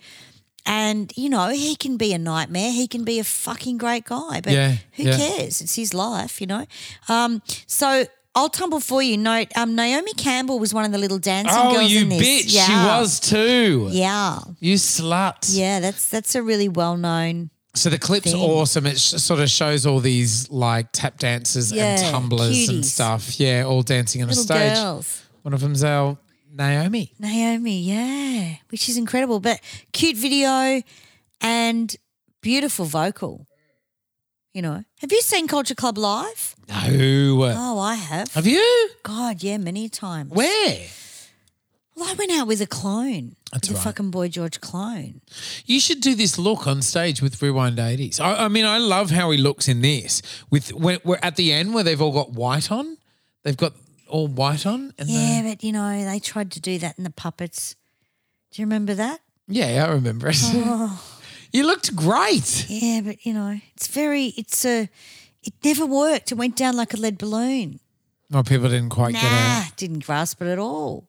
A: And, you know, he can be a nightmare. He can be a fucking great guy. But
C: Yeah,
A: who
C: yeah.
A: cares? It's his life, you know? Um, so I'll tumble for you. No, um, Naomi Campbell was one of the little dancing
C: oh,
A: girls
C: you
A: in this.
C: bitch!
A: Yeah.
C: She was too.
A: Yeah.
C: You slut.
A: Yeah, that's that's a really well known
C: So the clip's
A: Thing.
C: awesome. It sh- sort of shows all these like tap dancers
A: Yeah,
C: and tumblers
A: cuties.
C: and stuff. Yeah, all dancing on
A: little
C: a stage.
A: girls.
C: One of them's our Naomi.
A: Naomi, yeah, which is incredible. But cute video and beautiful vocal. You know, have you seen Culture Club live?
C: No.
A: Oh, I have.
C: Have you?
A: God, yeah, many times.
C: Where?
A: Well, I went out with a clone,
C: That's
A: with
C: right.
A: a fucking boy George clone.
C: You should do this look on stage with Rewind 80s. I, I mean, I love how he looks in this. With when, we're at the end where they've all got white on, they've got all white on. And
A: Yeah,
C: they-
A: but you know, they tried to do that in the puppets. Do you remember that?
C: yeah, I remember it. (laughs) you looked great.
A: Oh. Yeah, but you know, it's very, it's a, it never worked. It went down like a lead balloon.
C: Well, people didn't quite get
A: nah,
C: it.
A: didn't grasp it at all.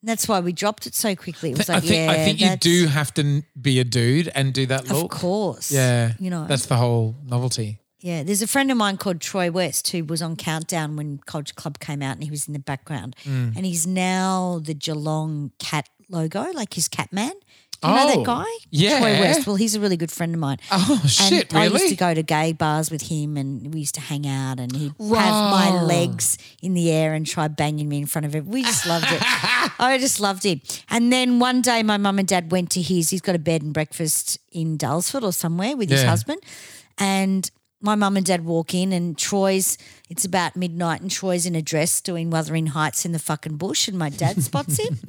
A: And that's why we dropped it so quickly. It was
C: I
A: like,
C: think,
A: yeah,
C: I think you
A: that's-
C: do have to n- be a dude and do that
A: Of
C: look.
A: course.
C: Yeah.
A: You know,
C: That's the whole novelty.
A: yeah. There's a friend of mine called Troy West who was on Countdown when Culture Club came out and he was in the background.
C: Mm.
A: And he's now the Geelong cat logo, like his cat man. You know
C: Oh,
A: that guy?
C: yeah.
A: Troy West. Well, he's a really good friend of mine.
C: Oh, shit,
A: and I used
C: really?
A: to go to gay bars with him and we used to hang out and he'd have my
C: Wow.
A: legs in the air and try banging me in front of him. We just loved it. Oh, I just loved him. And then one day my mum and dad went to his, he's got a bed and breakfast in Dalesford or somewhere with his
C: Yeah.
A: husband. And my mum and dad walk in, and Troy's, it's about midnight, and Troy's in a dress doing Wuthering Heights in the fucking bush, and my dad spots him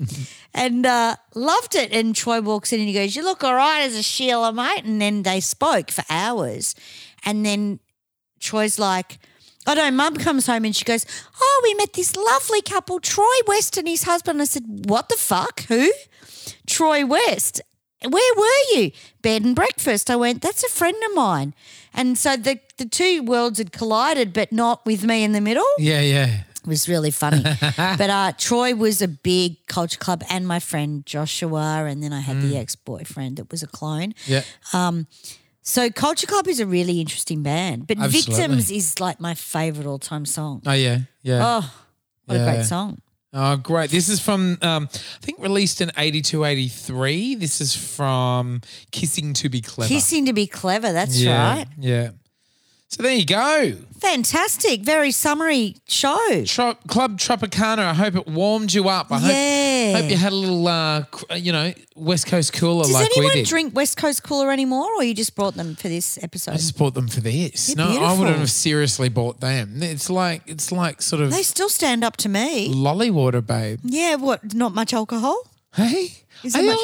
A: and uh, loved it. And Troy walks in and he goes, You look all right as a Sheila, mate. And then they spoke for hours. And then Troy's like, I know, mum comes home and she goes, Oh, we met this lovely couple, Troy West and his husband. I said, What the fuck? Who? Troy West. Where were you? Bed and breakfast. I went, That's a friend of mine. And so the, the two worlds had collided, but not with me in the middle.
C: Yeah, yeah.
A: It was really funny. but uh, Troy was a big culture club and my friend Joshua. And then I had the ex boyfriend that was a clone.
C: Yeah.
A: So Culture Club is a really interesting band, but
C: Absolutely.
A: Victims is like my favorite all time song.
C: Oh, yeah. Yeah.
A: Oh, what a
C: Yeah.
A: great song.
C: Oh, great. This is from, um, I think, released in 82, 83. This is from Kissing to Be Clever.
A: Kissing to be clever, that's
C: yeah,
A: right.
C: Yeah. So there you go.
A: Fantastic. Very summary show.
C: Tro- Club Tropicana. I hope it warmed you up. I hope-
A: Yeah.
C: hope, you had a little, uh, cr- you know, West Coast cooler
A: Does
C: like we
A: anyone
C: did.
A: drink West Coast Cooler anymore or you just brought them for this episode?
C: I just bought them for this.
A: They're
C: no, I
A: beautiful.
C: wouldn't have seriously bought them. It's like it's like sort of
A: they still stand up to me.
C: lolly water, babe.
A: Yeah, what? Not much alcohol?
C: Hey,
A: Is
C: I,
A: it much-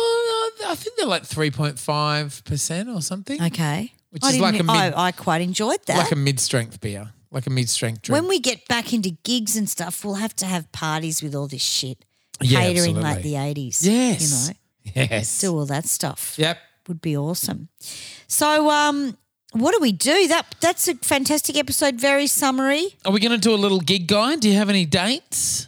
C: I think they're like three point five percent or something.
A: Okay.
C: Which
A: I
C: is like
A: didn't- e-,
C: a mid-
A: I, I quite enjoyed that.
C: like a mid-strength beer, like a mid-strength drink.
A: when we get back into gigs and stuff, we'll have to have parties with all this shit.
C: Yeah,
A: catering like
C: absolutely.
A: the 80s.
C: yes,
A: You know,
C: yes,
A: do all that stuff.
C: yep.
A: would be awesome. So, um, what do we do? That that's a fantastic episode. Very summary.
C: Are we going to do a little gig guide? Do you have any dates?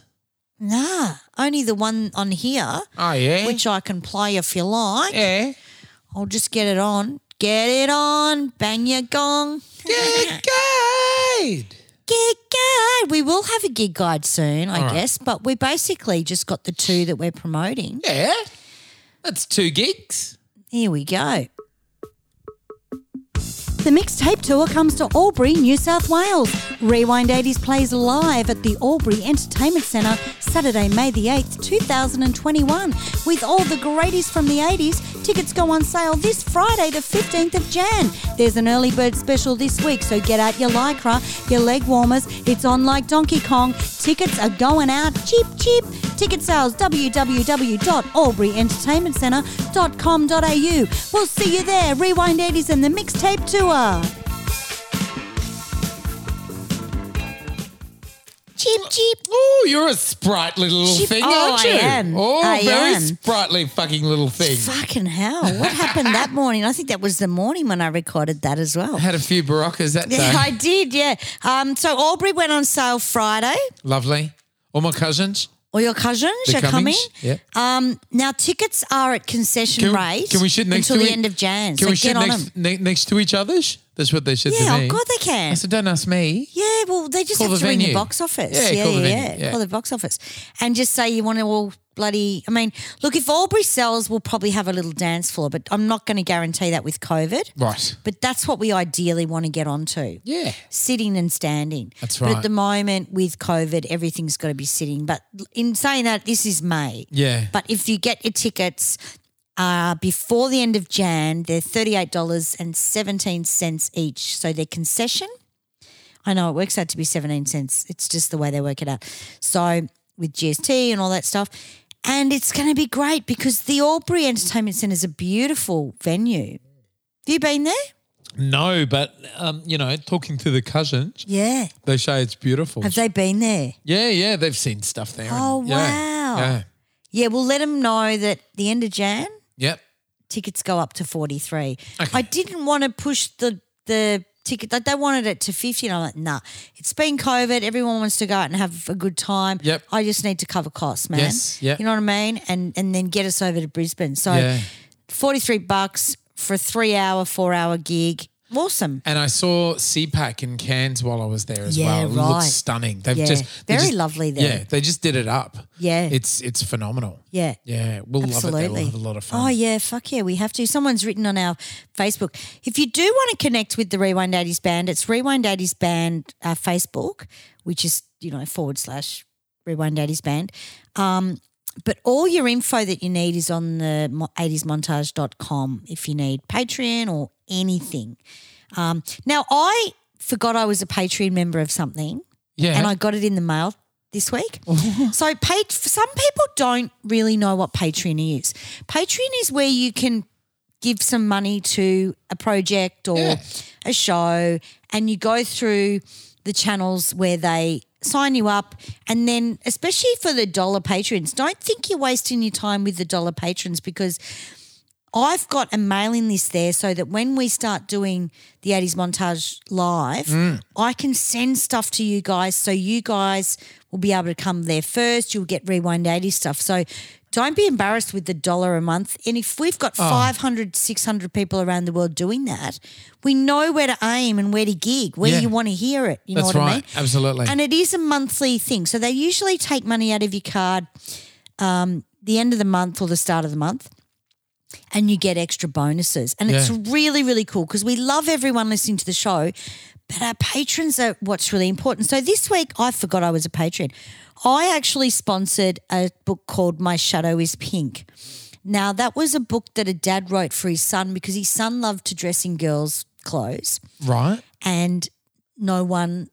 A: Nah, only the one on here,
C: Oh yeah,
A: which I can play if you like.
C: yeah.
A: I'll just get it on. Get it on. Bang your gong.
C: Gig
A: (laughs)
C: guide.
A: Gig guide. We will have a gig guide soon, I
C: All right.
A: guess. But we basically just got the two that we're promoting.
C: Yeah, that's two gigs.
A: Here we go.
F: The mixtape tour comes to Albury, New South Wales. Rewind 80s plays live at the Albury Entertainment Centre Saturday, May the 8th, 2021, with all the greaties from the 80s. Tickets go on sale this Friday, the 15th of Jan. There's an early bird special this week, so get out your lycra, your leg warmers. It's on like Donkey Kong. Tickets are going out cheap, cheap. Ticket sales www.alburyentertainmentcentre.com.au. We'll see you there. Rewind 80s and the mixtape tour.
A: Cheep cheep.
C: Oh, you're a sprightly little
A: She-
C: thing,
A: Oh,
C: aren't
A: I
C: you?
A: am.
C: Oh,
A: I
C: very
A: am.
C: sprightly fucking little thing.
A: Fucking hell! What happened that (laughs) morning? I think that was the morning when I recorded that as well.
C: Had a few baroccas that day.
A: Yeah, I did. Yeah. Um, so Albury went on sale Friday.
C: Lovely. All my cousins.
A: Or your cousins
C: The
A: are coming.
C: Cummings, yeah.
A: Um, now tickets are at concession
C: Can we-
A: rate.
C: Can we shoot next
A: until
C: to
A: the
C: e-
A: end of
C: Can
A: Jan? so
C: we
A: get
C: shoot
A: on
C: next,
A: them.
C: ne- next to each other's? That's what they said
A: Yeah,
C: to me.
A: oh god, they
C: I
A: can.
C: said, don't ask me.
A: Yeah, well, they just
C: Call
A: have
C: the
A: to ring the
C: venue.
A: box office.
C: Yeah,
A: yeah,
C: call the
A: yeah,
C: venue, yeah.
A: Call the box office and just say you want to all bloody. I mean, look, if Albury sells, we'll probably have a little dance floor, but I'm not going to guarantee that with COVID.
C: Right.
A: But that's what we ideally want to get onto.
C: Yeah.
A: sitting and standing.
C: That's
A: But
C: right.
A: at the moment with COVID, everything's got to be sitting. But in saying that, this is May.
C: Yeah.
A: But if you get your tickets uh, before the end of Jan, they're $38.17 each. So they're concession. I know it works out to be 17 cents. It's just the way they work it out. So with GST and all that stuff. And it's going to be great because the Albury Entertainment Centre is a beautiful venue. Have you been there?
C: No, but, um, you know, talking to the cousins,
A: Yeah.
C: they say it's beautiful.
A: Have they been there?
C: yeah, yeah, they've seen stuff there. and-
A: Oh,
C: yeah,
A: wow.
C: Yeah.
A: Yeah, we'll let them know that the end of Jan
C: Yep.
A: tickets go up to forty three.
C: Okay.
A: I didn't want to push the the ticket. Like they wanted it to fifty, and I'm like, nah. It's been COVID. Everyone wants to go out and have a good time.
C: Yep.
A: I just need to cover costs, man.
C: Yes, yep.
A: You know what I mean? And and then get us over to Brisbane. So
C: Yeah.
A: forty three bucks for a three hour, four hour gig. Awesome.
C: And I saw CPAC in Cairns while I was there as
A: Yeah,
C: well. It
A: right.
C: looks stunning. They've
A: Yeah,
C: just they
A: very
C: just-
A: lovely there.
C: Yeah, they just did it up.
A: Yeah.
C: It's it's phenomenal.
A: Yeah.
C: Yeah, we'll love it. there. We'll have a lot of fun.
A: Oh yeah, fuck yeah, we have to. Someone's written on our Facebook. If you do want to connect with the Rewind Eighties Band, it's Rewind Eighties Band uh, Facebook, which is you know forward slash Rewind Eighties Band. Um, but all your info that you need is on the mo- 80smontage.com if you need Patreon or anything. Um, now I forgot I was a Patreon member of something
C: Yeah.
A: and I got it in the mail this
C: (laughs)
A: week. so, pa- some people don't really know what Patreon is. Patreon is where you can give some money to a project or
C: Yeah.
A: a show, and you go through the channels where they sign you up. And then, especially for the dollar patrons, don't think you're wasting your time with the dollar patrons because. I've got a mailing list there so that when we start doing the 80s montage live,
C: Mm.
A: I can send stuff to you guys so you guys will be able to come there first. You'll get Rewind 80s stuff. So don't be embarrassed with the dollar a month. And if we've got
C: Oh.
A: 500, 600 people around the world doing that, we know where to aim and where to gig, where
C: Yeah.
A: you want to hear it. You
C: That's
A: know what
C: right.
A: I mean?
C: Absolutely.
A: And it is a monthly thing. So they usually take money out of your card um, the end of the month or the start of the month. And you get extra bonuses. And it's
C: Yeah.
A: really, really cool because we love everyone listening to the show, but our patrons are what's really important. So this week, I forgot I was a patron. I actually sponsored a book called My Shadow is Pink. Now, that was a book that a dad wrote for his son because his son loved to dress in girls' clothes
C: right.
A: and no one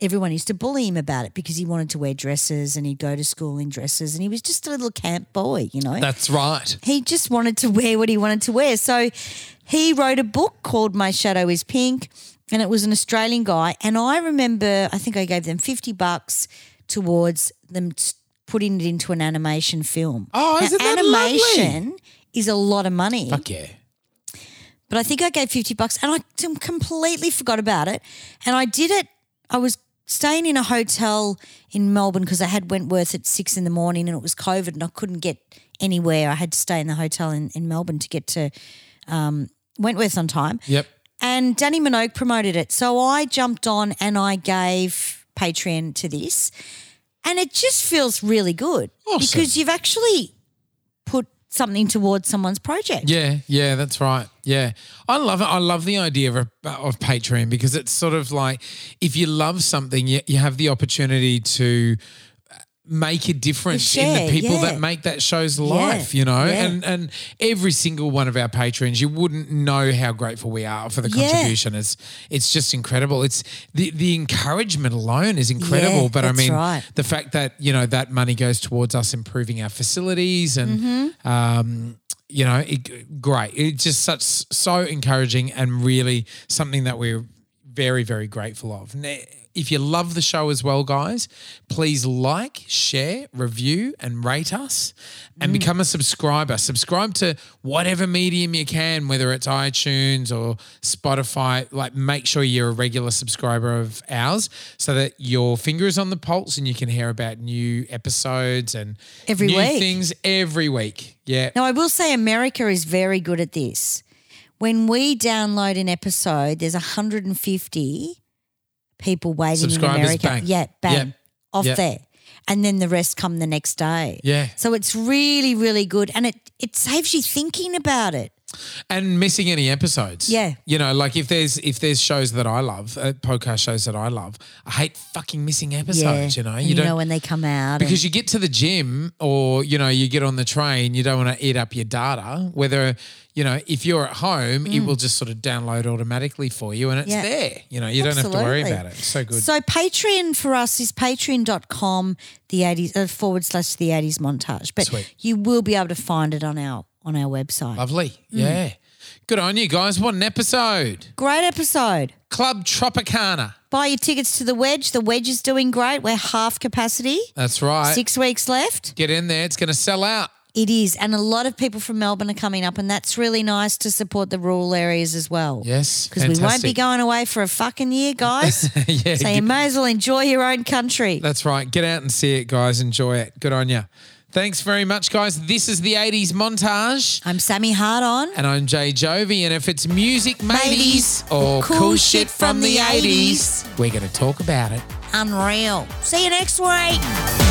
A: everyone used to bully him about it because he wanted to wear dresses and he'd go to school in dresses and he was just a little camp boy you know
C: That's right.
A: he just wanted to wear what he wanted to wear so he wrote a book called my shadow is pink and it was an australian guy and i remember i think i gave them 50 bucks towards them t- putting it into an animation film
C: Oh,
A: Now,
C: isn't that lovely?
A: animation is a lot of money
C: Fuck yeah.
A: but I think I gave 50 bucks and I t- completely forgot about it. And I did it, I was staying in a hotel in Melbourne because I had Wentworth at six in the morning and it was COVID and I couldn't get anywhere. I had to stay in the hotel in, in Melbourne to get to um, Wentworth on time.
C: Yep.
A: And Danny Minogue promoted it. So I jumped on and I gave Patreon to this. And it just feels really good
C: Awesome.
A: because you've actually put something towards someone's project.
C: Yeah, yeah, that's right. Yeah, I love it. I love the idea of, of Patreon because it's sort of like if you love something, you, you have the opportunity to make a difference in
A: share,
C: the people
A: yeah.
C: that make that show's life. You know,
A: yeah.
C: and and every single one of our patrons, you wouldn't know how grateful we are for the
A: Yeah.
C: contribution. It's it's just incredible. It's the the encouragement alone is incredible.
A: Yeah,
C: but I
A: that's
C: mean,
A: right.
C: the fact that you know that money goes towards us improving our facilities and
A: Mm-hmm.
C: um, you know it, great it's just such so encouraging and really something that we're very very grateful of And, eh, if you love the show as well guys please like share review and rate us and
A: Mm.
C: become a subscriber subscribe to whatever medium you can whether it's itunes or spotify like make sure you're a regular subscriber of ours so that your finger is on the pulse and you can hear about new episodes and
A: Every
C: new
A: week.
C: things every week yeah
A: Now, I will say America is very good at this. When we download an episode, there's 150 people waiting
C: Subscribers,
A: in America.
C: bang.
A: Yeah, bang,
C: Yep.
A: off
C: Yep.
A: there. And then the rest come the next day.
C: Yeah.
A: So it's really, really good. And it, it saves you thinking about it.
C: and missing any episodes.
A: Yeah.
C: you know, like if there's if there's shows that I love, uh, podcast shows that I love, I hate fucking missing episodes. You know,
A: And you, know when they come out. and-
C: because you get to the gym or you know you get on the train, you don't want to eat up your data. Whether you know if you're at home, it will just sort of download automatically for you, and it's
A: Mm. Yeah.
C: there. You know, you don't have to worry
A: Absolutely.
C: about it. It's so good.
A: So Patreon for us is patreon.com the 80s uh, forward slash the 80s montage. But
C: Sweet.
A: you will be able to find it on our on our website.
C: Lovely,
A: Mm.
C: yeah. Good on you guys. What an episode.
A: Great episode.
C: Club Tropicana.
A: Buy your tickets to the Wedge. The Wedge is doing great. We're half capacity.
C: That's right.
A: Six weeks left.
C: Get in there. It's going to sell out. (laughs)
A: It is. And a lot of people from Melbourne are coming up, and that's really nice to support the rural areas as well.
C: Yes,
A: Because we won't be
C: fantastic.
A: going away for a fucking
C: (laughs)
A: year, guys.
C: yeah.
A: so
C: get-
A: you may as well enjoy your own country.
C: That's right. Get out and see it, guys. Enjoy it. Good on you. Thanks very much, guys. This is the 80s montage.
A: I'm Sammy Hard on.
C: And I'm Jay Jovi. And if it's music, mateys,
A: Mateys,
C: or cool, shit from the 80s, we're going to talk about it.
A: Unreal. See you next week.